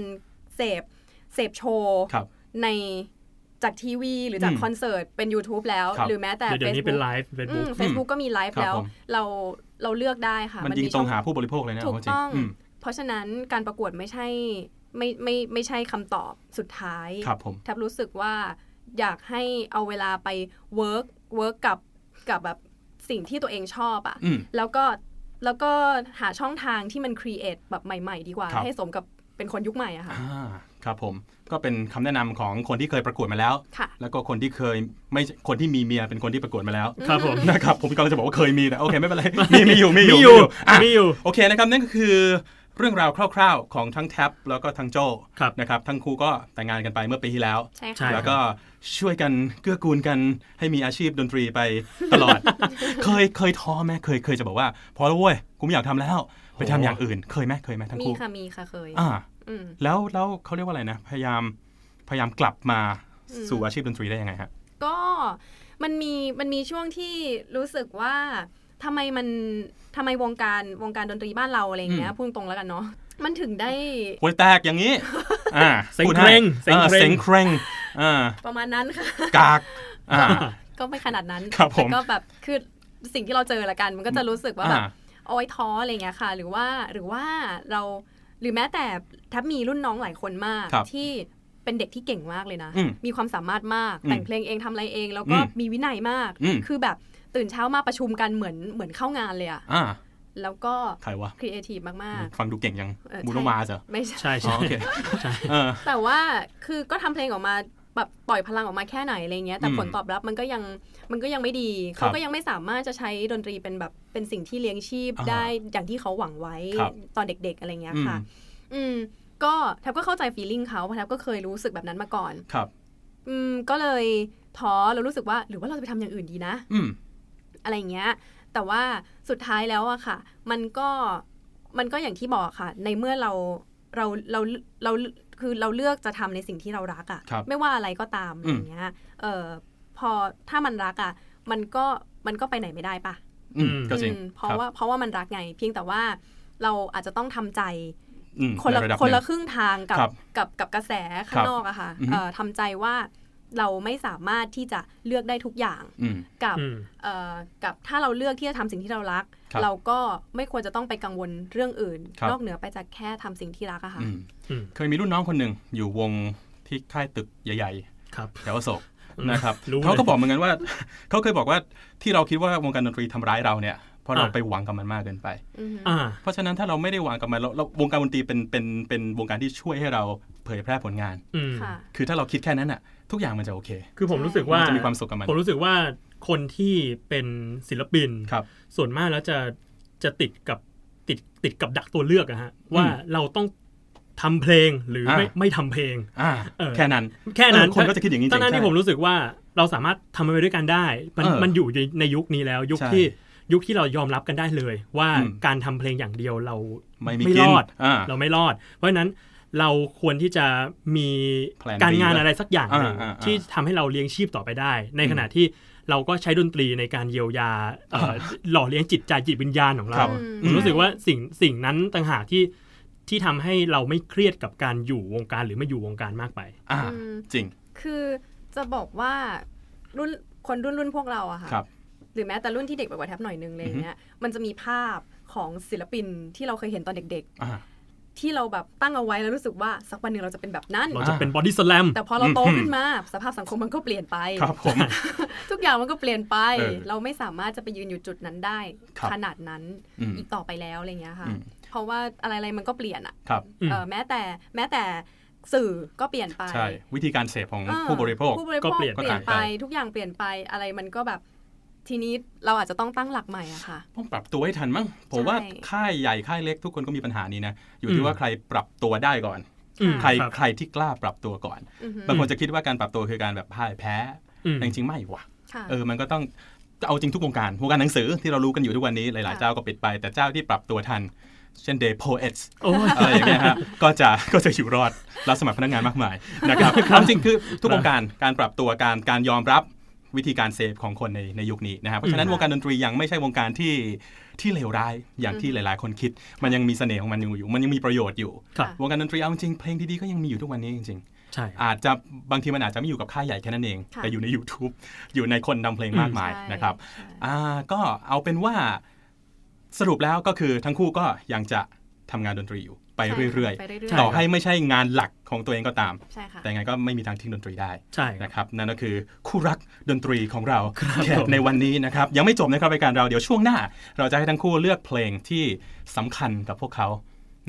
Speaker 4: เสพเสพโชว์
Speaker 2: ครับ
Speaker 4: ในจากทีวีหรือจาก
Speaker 2: อืม
Speaker 4: คอนเสิร์ตเป็น YouTube แล้ว
Speaker 2: ครับ
Speaker 4: หรือแม้แต่
Speaker 3: เดี๋ยวเดี๋ยวนี้เป็น
Speaker 4: Facebook
Speaker 3: ไลฟ์เฟซบุ๊ก
Speaker 4: เฟซบุ๊กก็มีไลฟ์
Speaker 2: ครับ
Speaker 4: แล้ว
Speaker 2: ผม
Speaker 4: เราเราเลือกได้ค่ะ
Speaker 2: มันยิงต
Speaker 4: ช่
Speaker 2: ร
Speaker 4: อ
Speaker 2: งหาผู้บริโภคเลยนะ
Speaker 4: ถูก
Speaker 2: เาจริ
Speaker 4: ต้อง
Speaker 2: ม
Speaker 4: เพราะฉะนั้นการประกวดไม่ใช่ไม่ไม่ไม่ใช่คำตอบสุดท้าย
Speaker 2: ครับผม
Speaker 4: แทบรู้สึกว่าอยากให้เอาเวลาไปเวิร์กเวิร์กกับกับแบบสิ่งที่ตัวเองชอบอะ
Speaker 2: อืม
Speaker 4: แล้วก็แล้วก็หาช่องทางที่มันครีเอทแบบใหม่ ๆ ดีกว่า
Speaker 2: ครับ
Speaker 4: ให้สมกับเป็นคนยุคใหม่อะค่ะ
Speaker 2: อ่าครับผมก็เป็นคำแนะนำของคนที่เคยประกวดมาแล้ว
Speaker 4: ค่ะ
Speaker 2: แล้วก็คนที่เคยไม่คนที่มีเมียเป็นคนที่ประกวดมาแล้ว
Speaker 3: ครับผม
Speaker 2: นะครับผมกำลังจะบอกว่าเคยมีนะโอเคไม่เป็นไร มีมีอยู่มีอยู่
Speaker 3: มีอยู่
Speaker 2: อ่ะ
Speaker 3: มีอยู่
Speaker 2: โอเคนะครับนั่นก็คือเรื่องราวคร่าวๆ ของทั้งแท็บแล้วก็ทั้งโจ
Speaker 3: ครับ
Speaker 2: นะครับทั้งคู่ก็แต่งงานกันไปเมื่อปีที่แล้ว
Speaker 4: ใช่
Speaker 3: ใช่
Speaker 4: ค่ะ
Speaker 2: แล้วก็ช่วยกันเกื้อกูลกันให้มีอาชีพดนตรีไปตลอด เคยเคยท้อไหมเคยเคยจะบอกว่า พอแล้วเว้ยกูไม่อยากทำแล้ว ไปทำอย่างอื่นเคยไหมเคยไหมทั้ง
Speaker 4: มี
Speaker 2: คู่
Speaker 4: ค่ะมีค่ะเคย
Speaker 2: อ่า
Speaker 4: อืม
Speaker 2: แล้วแล้วเขาเรียกว่าอะไรนะ พยายามพยายามกลับมา
Speaker 4: อืม
Speaker 2: สู่อาชีพดนตรีได้ยังไงฮะ
Speaker 4: ก็มันมีมันมีช่วงที่รู้สึกว่าทำไมมันทำไมวงการวงการดนตรีบ้านเราอะไรอย่างเงี้ย
Speaker 2: อืม
Speaker 4: พูดตรงแล้วกันเนาะมันถึงได้
Speaker 2: หัวยแตกอย่างนี้ อ่า
Speaker 3: เสียง
Speaker 2: พูด
Speaker 3: เคร่ง
Speaker 2: ให้อ่า
Speaker 3: เสี
Speaker 2: เสีย
Speaker 3: ยงเคร่ง
Speaker 2: งเคร่งอ่า
Speaker 4: ประมาณนั้นค่ะ
Speaker 2: กากอ่า
Speaker 4: ก็ไม่ขนาดนั้น
Speaker 2: ครับผม
Speaker 4: แต่ก็แบบคือสิ่งที่เราเจอละกันมันก็จะรู้สึกว่าแบ
Speaker 2: อ่า
Speaker 4: บโอ้ยท้ออะไรเงี้ยค่ะ หรือว่าหรือว่าเราหรือแม้แต่แทบมีรุ่นน้องหลายคนมาก
Speaker 2: ครับ
Speaker 4: ที่เป็นเด็กที่เก่งมากเลยนะ
Speaker 2: อืม
Speaker 4: มีความสามารถมาก
Speaker 2: อืม
Speaker 4: แต่งเพลงเองทำอะไรเอง แล้วก็
Speaker 2: อืม
Speaker 4: มีวินัยมาก
Speaker 2: อืม
Speaker 4: คือแบบตื่นเช้ามาประชุมกันเหมือนเหมือนเข้างานเลยอะ
Speaker 2: อ่า
Speaker 4: แล้วก็
Speaker 2: ใครวะ
Speaker 4: ครีเอทีฟมาก
Speaker 2: ฟังดูเก่งยัง
Speaker 4: เออใช่
Speaker 2: บูโนมาร์สเหรอ
Speaker 4: ๆ ไม่ใช่
Speaker 2: อ๋อ
Speaker 3: ใช่ใช่
Speaker 2: โอเค
Speaker 3: ใช่
Speaker 2: เออ
Speaker 4: แต่ว่าคือก็ทำเพลงออกมาแบบปล่อยพลังออกมาแค่ไหนอะไรเงี้ยแต่
Speaker 2: อืม
Speaker 4: ผลตอบรับมันก็ยังมันก็ยังไม่ดี
Speaker 2: ครั
Speaker 4: เขา
Speaker 2: บ
Speaker 4: ก็ยังไม่สามารถจะใช้ดนตรีเป็นแบบเป็นสิ่งที่เลี้ยงชีพ
Speaker 2: อ่า
Speaker 4: ได้อย่างที่เขาหวังไว้
Speaker 2: ครับ
Speaker 4: ตอนเด็กๆอะไรเงี้ยค่ะ
Speaker 2: อืม
Speaker 4: อืมก็แทบก็เข้าใจฟีลลิ่งเขาเพราะแทบก็เคยรู้สึกแบบนั้นมาก่อน
Speaker 2: ครับ
Speaker 4: อืมก็เลยท้อแล้วรู้สึกว่าหรือว่าเราจะไปทำอย่างอื่นดีนะ
Speaker 2: อืม
Speaker 4: อะไรอย่างเงี้ย แต่ว่าสุดท้ายแล้วอะค่ะ มันก็มันก็อย่างที่บอกค่ะ ในเมื่อเราเราเราเราคือเราเลือกจะทำในสิ่งที่เรารักอะ
Speaker 2: ครับ
Speaker 4: ไม่ว่าอะไรก็ตามอะไรอย่างเงี้ย เออพอถ้ามันรักอะมันก็มันก็ไปไหนไม่ได้ปะ
Speaker 2: อืม
Speaker 3: อืม
Speaker 2: ก็จริง
Speaker 4: อืมเพ
Speaker 2: ค
Speaker 4: ราะ
Speaker 2: บ
Speaker 4: ว่าเพราะว่ามันรักไง เพียงแต่ว่าเราอาจจะต้องทำใจ
Speaker 2: อืม
Speaker 4: คนละ
Speaker 2: ใรดับ
Speaker 4: คน
Speaker 2: ห
Speaker 4: ละ
Speaker 2: ง
Speaker 4: ครึ่งทางกับ
Speaker 2: ครับ
Speaker 4: กับกับกระแสข้า
Speaker 2: ครั
Speaker 4: ง
Speaker 2: บ
Speaker 4: นอกอะค่ะ
Speaker 2: อือฮึ
Speaker 4: เอ่อทำใจว่าเราไม่สามารถที่จะเลือกได้ทุกอย่าง
Speaker 2: อืม
Speaker 4: กับ
Speaker 3: อืม
Speaker 4: เอ่อกับถ้าเราเลือกที่จะทำสิ่งที่เรารัก
Speaker 2: ครับ
Speaker 4: เราก็ไม่ควรจะต้องไปกังวลเรื่องอื่น
Speaker 2: ครับ
Speaker 4: นอกเหนือไปจากแค่ทำสิ่งที่รักอะค่ะ
Speaker 2: อืม
Speaker 3: อืม
Speaker 2: เคยมีรุ่นน้องคนหนึ่งอยู่วงที่ค่ายตึกใหญ่ ๆ
Speaker 3: ครับ
Speaker 2: แถวอโศกนะครับ
Speaker 3: รู้เลย
Speaker 2: เขาก็บอกเหมือนกันว่า เขาเคยบอกว่าที่เราคิดว่าวงการดนตรีทำร้ายเราเนี่ยเพราะเรา
Speaker 3: อ่ะ
Speaker 2: ไปหวังกับมันมากเกินไป
Speaker 4: อือฮึ
Speaker 3: อ่า
Speaker 2: เพราะฉะนั้นถ้าเราไม่ได้หวังกับมันเราเราวงการดนตรีเป็นเป็นเป็นวงการที่ช่วยให้เราเผยแพร่ผลงาน
Speaker 3: อืม
Speaker 4: ค่ะ
Speaker 2: คือถ้าเราคิดแค่นั้นอ่ะ ทุกอย่างมันจะโอเค
Speaker 3: คือผม
Speaker 4: ใช่
Speaker 3: รู้สึกว่า
Speaker 2: นจะมีความสุขกับมัน
Speaker 3: ผมรู้สึกว่าคนที่เป็นศิลปิน
Speaker 2: ครับ
Speaker 3: ส่วนมากแล้วจะจะติดกับติดติดกับดักตัวเลือกอะฮะ ว่าเราต้องทำเพลงหรือไม่
Speaker 2: อ่า
Speaker 3: ไม่ทำเพลง
Speaker 2: อ่า
Speaker 3: เออ
Speaker 2: แค่นั้น
Speaker 3: แค่นั้น
Speaker 2: เออคนก็จะคิดอย่างนี้จริง
Speaker 3: ตอนนั้น
Speaker 2: ใช่
Speaker 3: ที่ผมรู้สึกว่าเราสามารถทำมันไปด้วยกันได้ มัน
Speaker 2: เออ
Speaker 3: มันอยู่ในในยุคนี้แล้ว ยุค
Speaker 2: ใช่
Speaker 3: ที่ยุคที่เรายอมรับกันได้เลย ว่า
Speaker 2: อืม
Speaker 3: การทำเพลงอย่างเดียวเรา
Speaker 2: ไม่มีกิน
Speaker 3: รอด
Speaker 2: อ่า
Speaker 3: เราไม่รอด เพราะฉะนั้น เราควรที่จะมี
Speaker 2: แผน B
Speaker 3: การงานอะไรสักอย่างหนึ่ง
Speaker 2: อ่าอ่าอ่า
Speaker 3: ที่ทำให้เราเลี้ยงชีพต่อไปได้ ในขณะที่เราก็ใช้ดนตรีในการเยียวยาเอ่อหล่อเลี้ยงจิตใจจิตวิญญาณของ
Speaker 2: ครั
Speaker 3: เรา
Speaker 2: บ
Speaker 3: ผมรู้สึกว่าสิ่งสิ่งนั้นต่างหากที่ที่ทำให้เราไม่เครียดกับการอยู่วงการหรือไม่อยู่วงการมากไป
Speaker 2: อ่า
Speaker 4: อืม
Speaker 2: จริง
Speaker 4: คือจะบอกว่ารุ่นคนรุ่นรุ่นพวกเราอะค่ะ
Speaker 2: ครับ
Speaker 4: หรือแม้แต่รุ่นที่เด็กไปกว่าแท็บหน่อยนึงเลยางเนี้ยมันจะมีภาพของศิลปินที่เราเคยเห็นตอนเด็ก
Speaker 2: อ่า
Speaker 4: ๆ ที่เราแบบตั้งเอาไว้แล้วรู้สึกว่าสักวันหนึ่งเราจะเป็นแบบนั้น
Speaker 3: เราจะเป็นบอดี้สแลม
Speaker 4: แต่พอเราโต
Speaker 2: อืม
Speaker 4: ขึ้นมาสภาพสังคมมันก็เปลี่ยนไป
Speaker 2: ครับผม
Speaker 4: ทุกอย่างมันก็เปลี่ยนไป
Speaker 2: เออ
Speaker 4: เราไม่สามารถจะไปยืนอยู่จุดนั้นได้
Speaker 2: ครับ
Speaker 4: ขนาดนั้น
Speaker 2: อืม
Speaker 4: อีกต่อไปแล้วอะไรเงี้ยค่ะ
Speaker 2: อืม
Speaker 4: เพราะว่าอะไรๆมันก็เปลี่ยนอะ
Speaker 2: ครับ
Speaker 3: อืม
Speaker 4: เออแม้แต่แม้แต่สื่อก็เปลี่ยนไป
Speaker 2: ใช่ วิธีการเสพของ
Speaker 4: อ่า
Speaker 2: ผู้บริโภค
Speaker 4: ผู้บริโภ
Speaker 3: ก็
Speaker 4: ค
Speaker 3: เป
Speaker 4: เป
Speaker 3: ลี่
Speaker 4: ลี่
Speaker 3: ยน
Speaker 4: ยน
Speaker 3: ไป
Speaker 4: ไปทุกอย่างเปลี่ยนไปอะไรมันก็แบบ ทีนี้เราอาจจะต้องตั้งหลักใหม่อะค่ะ
Speaker 2: ต้องปรับตัวให้ทันมั้ง ผมว่าค่ายใหญ่ค่ายเล็กทุกคนก็มีปัญหานี้นะ อยู่
Speaker 3: อื
Speaker 2: ที่
Speaker 3: ม
Speaker 2: ว่าใครปรับตัวได้ก่อน
Speaker 3: อืม
Speaker 2: ใคร
Speaker 3: บ
Speaker 2: ใครที่กล้าปรับตัวก่อน
Speaker 4: อือฮึ
Speaker 2: บางคนจะคิดว่าการปรับตัวคือการแบบพ่ายแพ้
Speaker 3: อืม
Speaker 2: แต่จริงๆไม่ว่ะ
Speaker 4: ค่ะ
Speaker 2: เออ มันก็ต้องเอาจริงทุกวงการ วงการหนังสือที่เรารู้กันอยู่ทุกวันนี้ หลายๆ
Speaker 4: ค่ะ
Speaker 2: เจ้าก็ปิดไป แต่เจ้าที่ปรับตัวทัน เช่น Day Poets
Speaker 3: โอ้ย
Speaker 2: อะไรอย่างเงี้ยฮะ ก็จะก็จะอยู่รอดรับสมัครพนักงานมากมาย นะครับเอาจริงคือทุกวงการการปรับตัวการการยอมรับวิธีการเซฟของคนในในยุคนี้นะครับเพราะฉะนั้น
Speaker 3: อืม
Speaker 2: วงการดนตรียังไม่ใช่วงการที่ที่เลวร้ายอย่างที่หลายๆ คนคิด มันยังมีเสน่ห์ของมันอยู่อยู่ มันยังมีประโยชน์อยู่
Speaker 3: ครับ
Speaker 2: วงการดนตรีเอาจริงเพลงดีๆก็ยังมีอยู่ทุกวันนี้จริง ๆ
Speaker 3: ใช่
Speaker 2: อาจจะบางทีมันอาจจะไม่อยู่กับค่ายใหญ่แค่นั้นเอง
Speaker 4: ค่ะ
Speaker 2: แต่อยู่ใน YouTube อยู่ในคนนำเพลงมากมาย
Speaker 4: ใช่
Speaker 2: นะครับ
Speaker 4: ใช่
Speaker 2: อ่าก็เอาเป็นว่าสรุปแล้วก็คือทั้งคู่ก็ยังจะทำงานดนตรีอยู่ไป
Speaker 4: ใช่ค่ะ
Speaker 2: เรื่อย
Speaker 4: ไปเรื่อย
Speaker 2: ๆ ต่อให้ไม่ใช่งานหลักของตัวเองก็ตาม
Speaker 4: ใช่ค่ะ
Speaker 2: แต่ยังไงก็ไม่มีทางทิ้งดนตรีได้
Speaker 3: ใช่
Speaker 2: นะครับนั่นก็คือคู่รักดนตรีของเรา
Speaker 3: ครับ
Speaker 2: แข
Speaker 3: ผ
Speaker 2: ก
Speaker 3: ม
Speaker 2: ในวันนี้นะครับยังไม่จบนะครับรายการเราเดี๋ยวช่วงหน้า เราจะให้ทั้งคู่เลือกเพลงที่สำคัญกับพวกเขา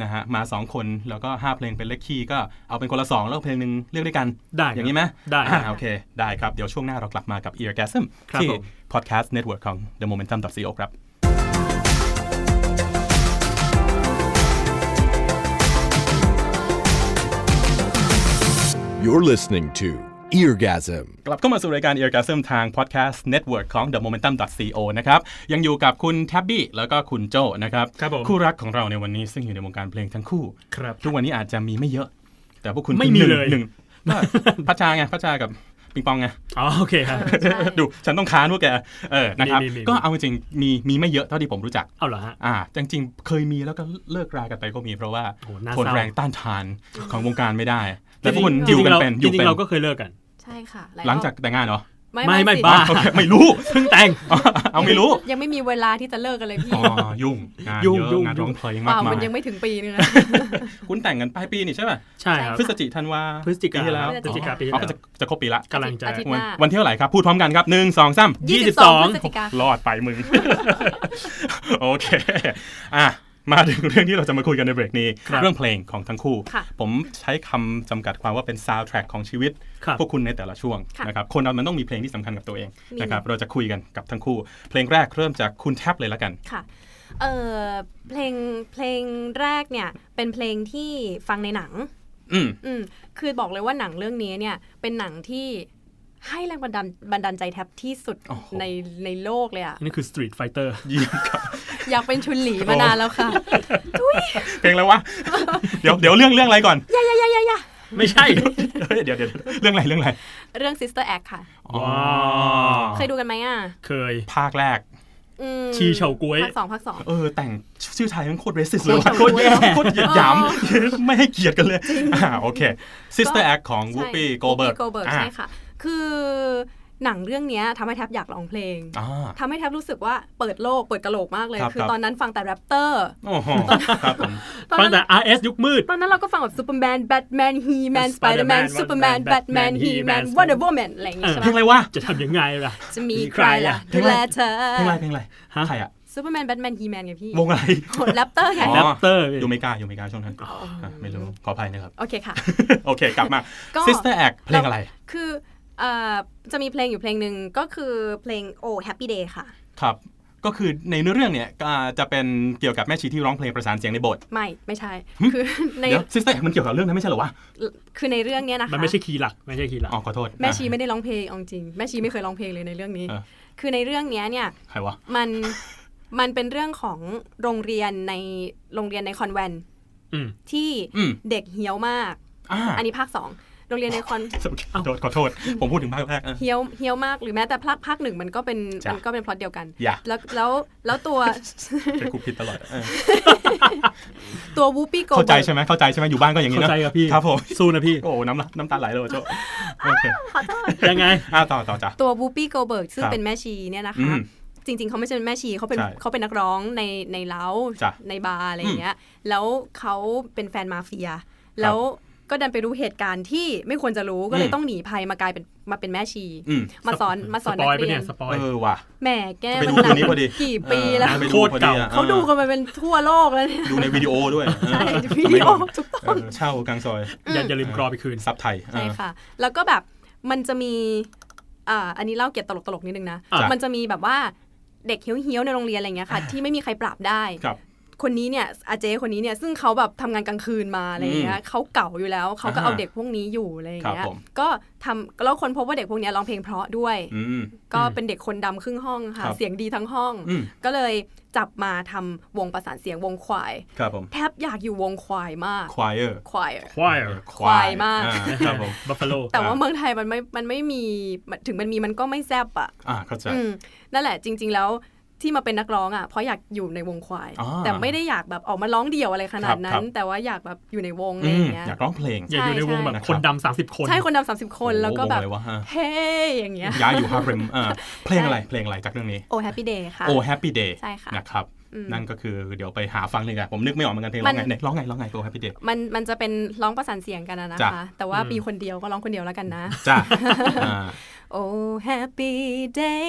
Speaker 2: นะฮะมาสองคนแล้วก็ห้าเพลงเป็นเลขคีย์ก็เอาเป็นคนละสองแล้วเพลงหนึ่งเลือกด้วยกัน
Speaker 3: ได้
Speaker 2: อย่างนี้ไหม
Speaker 3: ได้
Speaker 2: อ่าโอเค ได้ครับ เดี๋ยวช่วงหน้าเรากลับมากับ e a r g a s m
Speaker 3: ครับ
Speaker 2: ที่
Speaker 3: ผม
Speaker 2: Podcast Network ของ The Momentum co ครับ
Speaker 1: You're listening to Eargasm.
Speaker 2: กลับเข้ามาสู่รายการ e a r g a s m ทาง Podcast Network ของ The Momentum co นะครับ ยังอยู่กับคุณแท็บบี้แล้วก็คุณโจนะครับ
Speaker 3: ครับผม
Speaker 2: คู่รักของเราในวันนี้ซึ่งอยู่ในวงการเพลงทั้งคู่
Speaker 3: ครับ
Speaker 2: ทุกวันนี้อาจจะมีไม่เยอะ แต่พวกคุณ
Speaker 3: ไม่มี
Speaker 2: คือหนึ่ง
Speaker 3: เลย
Speaker 2: ห นึ่งก็พัชชาไงพัชชากับปิงปองไง
Speaker 3: อ๋อโอเคครับ
Speaker 4: ใช่
Speaker 2: ดูฉันต้องค้านพวกแกเออนะครับ
Speaker 3: มีมีมี
Speaker 2: ก็เอาจริงๆมีมีไม่เยอะเท่าที่ผมรู้จัก
Speaker 3: เอาเหรอฮะ
Speaker 2: อ่าจริงๆ เคยมีแล้วก็เลิกรากันไปก็มีเพราะว่า
Speaker 3: โหน่า
Speaker 2: ทน
Speaker 3: เศร้า
Speaker 2: แรงต้านทานของวงการไม่ ได้ แต่พวก
Speaker 3: จ
Speaker 2: คุณอ
Speaker 3: ริงๆ
Speaker 2: ยู่กัน
Speaker 3: รา
Speaker 2: เป็นอ
Speaker 3: จ
Speaker 2: ยู่
Speaker 3: ริ
Speaker 2: เป็
Speaker 3: ง
Speaker 2: น
Speaker 3: ๆเราก็เคยเลิกกัน
Speaker 4: ใช่ค่ะยรอบ
Speaker 2: หลังจากแต่งงานเหรอ
Speaker 4: ไม่
Speaker 3: ไม่ไม่
Speaker 4: สิ
Speaker 3: บ้า
Speaker 2: โอเคไม่รู้
Speaker 3: เพิ่งแต่ง
Speaker 2: เอาไม่รู้
Speaker 4: ยังไม่มีเวลาที่จะเลิกกันเลยพี่
Speaker 2: อ๋อยุ่งงาน
Speaker 3: ยุ่ง
Speaker 2: เย
Speaker 3: ยุ่
Speaker 2: อะ
Speaker 3: ง
Speaker 2: งานร้องเพลง
Speaker 4: เป
Speaker 2: มาก
Speaker 4: ล่า
Speaker 2: มา
Speaker 4: มั
Speaker 2: ย
Speaker 4: นยังไม่ถึงปีนึงนะ
Speaker 2: คุณแต่งกันปลายปีนี่ใช่ป่ะ
Speaker 3: ใช่ครับ
Speaker 2: พฤศจิธันวา
Speaker 3: พฤศจิ
Speaker 2: ปี
Speaker 3: กา
Speaker 2: ที่แล้ว
Speaker 3: พฤศจิกาปีที่
Speaker 2: อ๋อ
Speaker 3: แล้ว
Speaker 2: ก็จะจะครบปีละ
Speaker 3: กำลังจะ
Speaker 4: อาทิตย์ห
Speaker 2: วัน
Speaker 4: น้า
Speaker 2: วันที่เท่าไหร่ครับ พูดพร้อมกันครับหนึ่งสองสาม
Speaker 3: ยี่สิบสอง
Speaker 4: 22พฤศจิกา
Speaker 2: รอดไป มึง โอเคอ่ะมาถึงเรื่องที่เราจะมาคุยกันในเบรกนี้
Speaker 3: ครับ
Speaker 2: เรื่องเพลงของทั้งคู่
Speaker 4: ค่ะ
Speaker 2: ผมใช้คำจำกัดความว่าเป็นซาวด์แทร็กของชีวิต
Speaker 3: ครับ
Speaker 2: พวกคุณในแต่ละช่วง
Speaker 4: ค่ะ
Speaker 2: นะครับคนเรามันต้องมีเพลงที่สำคัญกับตัวเอง
Speaker 4: มี
Speaker 2: นะครับเราจะคุยกันกับทั้งคู่ เพลงแรกเริ่มจากคุณแท็บเลยละกัน
Speaker 4: ค่ะ เออเพลงเพลงแรกเนี่ย เป็นเพลงที่ฟังในหนัง
Speaker 2: อืม
Speaker 4: อืมคือบอกเลยว่าหนังเรื่องนี้เนี่ย เป็นหนังที่ให้แรงบันดาลบันดาลใจแทบที่สุด
Speaker 2: โอ้โห
Speaker 4: ในในโลกเลยอะ
Speaker 3: อันนี่คือ Street Fighter
Speaker 2: เยี่ยมครับ
Speaker 4: อยากเป็นชุนหลีมานานแล้วค่ะ
Speaker 2: เพลงอะไรวะ เดี๋ยวเดี๋ยวเรื่องเรื่องอะไรก่อน
Speaker 4: อยาอยาอยาอยาอยา
Speaker 3: ไม่ใช่
Speaker 2: เฮ้ยเดี๋ยวเดี๋ยวเรื่องอะไรเรื่องอะไร
Speaker 4: เรื่อง Sister Act ค่ะ
Speaker 2: อ๋อ
Speaker 4: เคยดูกันไหมอ่ะ
Speaker 3: เคย
Speaker 2: ภาคแรก
Speaker 4: อืม
Speaker 3: ชีเฉาก๊วย
Speaker 4: ภาคสองภาคสอง
Speaker 2: เออ แต่งชื่อไทยมันโคตรเรสซิสเลย
Speaker 4: โคตร
Speaker 2: ว่ะโคตรแย่โคตรเหยียดหยาม
Speaker 4: เ
Speaker 2: ไม่ให้เกียรติกันเลยอ่าโอเค Sister Act ของ
Speaker 4: ใช่
Speaker 2: Whoopi
Speaker 4: Whoopi
Speaker 2: Goldberg
Speaker 4: Goldberg
Speaker 2: อ่า
Speaker 4: ใช่ค่ะ คือหนังเรื่องเนี้ยทำให้แทบอยากร้องเพลง
Speaker 2: อ่า
Speaker 4: ทำให้แทบรู้สึกว่าเปิดโลกเปิดกะโหลกมากเลย
Speaker 2: ครับ
Speaker 4: คือ
Speaker 2: ครับ
Speaker 4: ตอนนั้นฟังแต่แรปเตอร์
Speaker 2: โอ้โหครับผม
Speaker 4: ตอน
Speaker 3: ฟัง
Speaker 4: นั้น
Speaker 3: แต่ RS ยุคมืด
Speaker 4: ตอนนั้นเราก็ฟังแบบซูเปอร์แมน แบทแมน ฮีแมน สไปเดอ
Speaker 3: Spider-Man
Speaker 4: ร์แมน ซูเปอร์แมน
Speaker 3: Wonder
Speaker 4: แบทแมน
Speaker 3: Man
Speaker 4: ฮีแม
Speaker 3: He-Man
Speaker 4: นวันเดอร์ m มนอะไรอย่างเงี้ย
Speaker 3: เออ
Speaker 4: ใช่ไห
Speaker 2: เพลงอะ
Speaker 4: ม
Speaker 2: ไรวะ
Speaker 3: จะทำยังไงล่ะ
Speaker 4: จะมี
Speaker 3: มีใค
Speaker 4: ใค
Speaker 3: ร
Speaker 4: ร
Speaker 3: อ่ะ
Speaker 4: ล่ะ
Speaker 2: เพล
Speaker 4: ดู
Speaker 2: งอะไร
Speaker 4: แลเธอ
Speaker 2: เพลงอะไรเพลงอะไร
Speaker 3: ฮะ
Speaker 2: ใครอะ
Speaker 4: ซูเปอร์แมน แบทแมน ฮีแมนไงพี่
Speaker 2: วงอะไร
Speaker 4: โหดแรปเตอร์ไง
Speaker 2: อ๋
Speaker 3: แรปเตอร์
Speaker 2: อยู่อเมริกาอยู่อเมริกาช่วงนั้นะไม่รู้ ขออภัยนะครับ
Speaker 4: โอเคค่ะ
Speaker 2: โอเค กลับมา
Speaker 4: ก็
Speaker 2: Sister Act เพลงอะไร
Speaker 4: คือเอ่อจะมีเพลงอยู่เพลงหนึ่งก็คือเพลง Oh Happy Day ค่ะ
Speaker 2: ครับ ก็คือในเนื้อเรื่องเนี่ยอ่าจะเป็นเกี่ยวกับแม่ชีที่ร้องเพลงประสานเสียงในโบสถ์
Speaker 4: ไม่ ไม่ใช่ คือใน
Speaker 2: เดี๋ยว Sister Act มันเกี่ยวกับเรื่องนั้นไม่ใช่เหรอวะ
Speaker 4: คือในเรื่องเนี้ยนะคะ
Speaker 3: มันไม่ใช่คีย์หลัก ไม่ใช่คีย์หลัก
Speaker 2: อ๋อ ขอโทษ
Speaker 4: แม่ชีไม่ได้ร้องเพลงเอาจริง แม่ชีไม่เคยร้องเพลงเลยในเรื่องนี้
Speaker 2: เออ
Speaker 4: คือในเรื่องเนี้ยเนี่ย
Speaker 2: ใครวะ
Speaker 4: มัน มันเป็นเรื่องของโรงเรียนในโรงเรียนในคอนแวนต์
Speaker 3: อืม
Speaker 4: ที่
Speaker 2: อืม
Speaker 4: เด็กเหี้ยวมาก
Speaker 2: อ่า
Speaker 4: อันนี้ภาคสองโรงเรียนในคอน
Speaker 2: ขอโทษขอโทษ ผมพูดถึงภาคแรกเออ
Speaker 4: เฮี้ยวเฮี้ยวมากหรือแม้แต่ภาคภาคหนึ่งมันก็เป็น
Speaker 2: จ้ะ
Speaker 4: มันก็เป็นพล็อตเดียวกัน
Speaker 2: อย่า
Speaker 4: แล้วแล้วแล้วตัว
Speaker 2: เดี๋ยวกูผิดตลอดเออ
Speaker 4: ตัววูปี้โก
Speaker 2: เข้าใจใช่ไหมเข้าใจใช่ไหมอยู่บ้านก็อย่างนี้
Speaker 3: เข้า
Speaker 2: เนอะ
Speaker 3: ใจครับพี่
Speaker 2: ครับผม
Speaker 3: สู้ นะพี่
Speaker 2: โอ้น้ำละน้ำตาไหลเลยว่ะโจโอเค
Speaker 3: ยังไง
Speaker 2: อ่าต่อต่อจ้ะ
Speaker 4: ตัววูปี้โกเบิร์กซึ่ง
Speaker 2: ครับ
Speaker 4: เป็นแม่ชีเนี่ยนะ
Speaker 2: อื
Speaker 4: คะ
Speaker 2: ม
Speaker 4: จริง ๆ เขาไม่ใช่เป็นแม่ชีเขาเป็น
Speaker 2: ใช่
Speaker 4: เขาเป็นนักร้องในในเล้า
Speaker 2: จ้ะ
Speaker 4: ในบาร์อะไรอย่างเงี้ยแล้วเขาเป็นแฟนมาเฟีย แล้วก็ดันไปรู้เหตุการณ์ที่ไม่ควรจะรู้ก็เล
Speaker 2: อื
Speaker 4: ย
Speaker 2: ม
Speaker 4: ต้องหนีภัยมากลายเป็นมาเป็นแม่ชี
Speaker 2: อืม
Speaker 4: มาสอนมาสอน
Speaker 3: สป
Speaker 4: นั
Speaker 3: อย
Speaker 4: ก
Speaker 3: ไปะ
Speaker 4: เรีย
Speaker 3: เนี่
Speaker 4: น
Speaker 3: ยสปอย
Speaker 2: เออว่ะ
Speaker 4: แหมแก้
Speaker 2: ไป
Speaker 4: มั
Speaker 2: ดู
Speaker 4: น
Speaker 2: ตัวนี้พอดี
Speaker 4: กี่ปีแล้ว
Speaker 2: ออไป
Speaker 3: โคตรเก่า
Speaker 2: พอดีอะ
Speaker 4: เขาดูกันมาเป็นทั่วโลกแล้ว เนี่ย
Speaker 2: ดูในวิดีโอด้วย
Speaker 4: ใช่
Speaker 2: เออ
Speaker 4: วิดีโอทุก
Speaker 2: เอ
Speaker 4: ต้น
Speaker 2: อเช่ากลางซอย
Speaker 3: อย่าอย่าลืมกรอไปคืน
Speaker 2: ซับไทยเอ
Speaker 4: ใช่
Speaker 2: อ
Speaker 4: ค่ะ แล้วก็แบบมันจะมีอ่าอันนี้เล่าเก็บตลกตลกๆนิดนึงนะ
Speaker 3: อ่ะ
Speaker 4: มันจะมีแบบว่าเด็กเฮี้ยวๆในโรงเรียนอะไรเงี้ยค่ะ ที่ไม่มีใครปราบได้
Speaker 2: ครับ
Speaker 4: คนนี้เนี่ยอาเจคนนี้เนี่ยซึ่งเขาแบบทำงานกลางคืนมาอะไรเงี้ยเขาเก่าอยู่แล้วเขาก็เอา
Speaker 2: อ่าฮะ
Speaker 4: เด็กพวกนี้อยู่อะไรอย่างเงี้
Speaker 2: ครั
Speaker 4: ย
Speaker 2: บผม
Speaker 4: ก็ทำแล้วคนพบว่าเด็กพวกเนี้ยร้องเพลงเพราะด้วย
Speaker 2: อืม
Speaker 4: ก็เป็นเด็กคนดำครึ่งห้องค่ะ
Speaker 2: ครับ
Speaker 4: เสียงดีทั้งห้อง
Speaker 2: อืม
Speaker 4: ก็เลยจับมาทำวงประสานเสียงวงควาย
Speaker 2: ครับผม
Speaker 4: แทบอยากอยู่วงควายมาก
Speaker 2: ควายเออร์
Speaker 4: ควาย
Speaker 3: ควาย
Speaker 4: ควายมาก
Speaker 2: ครับผม
Speaker 3: บัฟฟาโล
Speaker 4: แต่ว่า
Speaker 2: อ่า
Speaker 4: เมืองไทยมันไม่ มันไม่มี ถึงมันมีมันก็ไม่แซบอ่ะ
Speaker 2: อ่าเข้าใจ
Speaker 4: อืมนั่นแหละจริง ๆ แล้วที่มาเป็นนักร้องอ่ะเพราะอยากอยู่ในวงควาย
Speaker 2: อ่า
Speaker 4: แต่ไม่ได้อยากแบบออกมาร้องเดี่ยวอะไรขนาดนั้
Speaker 2: ครั
Speaker 4: น
Speaker 2: บครับ
Speaker 4: แต่ว่าอยากแบบอยู่ในวงอะไร
Speaker 2: อื
Speaker 4: อ
Speaker 2: ม
Speaker 4: ย่างเงี้ย
Speaker 2: อยากร้องเพลง
Speaker 3: อย่าอยู่ในวงแบบ
Speaker 4: ใช่
Speaker 3: คนดำสามสิบคน
Speaker 4: ใช่คนดำสามสิบคนแล้วก็
Speaker 2: โอ้โห
Speaker 4: แบบ
Speaker 2: งอะไรวะฮะ
Speaker 4: เฮ้อย่างเงี้ย
Speaker 2: ย้ายอยู่ฮาเร็มอ่าเพลงอะไรเพลงอะไรจากเรื่องนี้
Speaker 4: โอแฮปปี้เดย์ค่ะ
Speaker 2: โอ้แฮปปี้เดย์
Speaker 4: ใช่ค่ะ
Speaker 2: นะครับ
Speaker 4: อืม
Speaker 2: นั่นก็คือเดี๋ยวไปหาฟังเลยอะผมนึกไม่ออกเหมือนกันเพลงร้องไง
Speaker 4: มัน
Speaker 2: ไหนร้องไงร้องไงโอ้แฮปปี้เดย์
Speaker 4: มันมันจะเป็นร้องประสานเสียงกันอะนะ
Speaker 2: จ้ะ
Speaker 4: คะ แต่ว่ามีคนเดียวก็ร้องคนเดียวแล้วกันนะ
Speaker 2: จ้าอ่า
Speaker 4: Oh happy day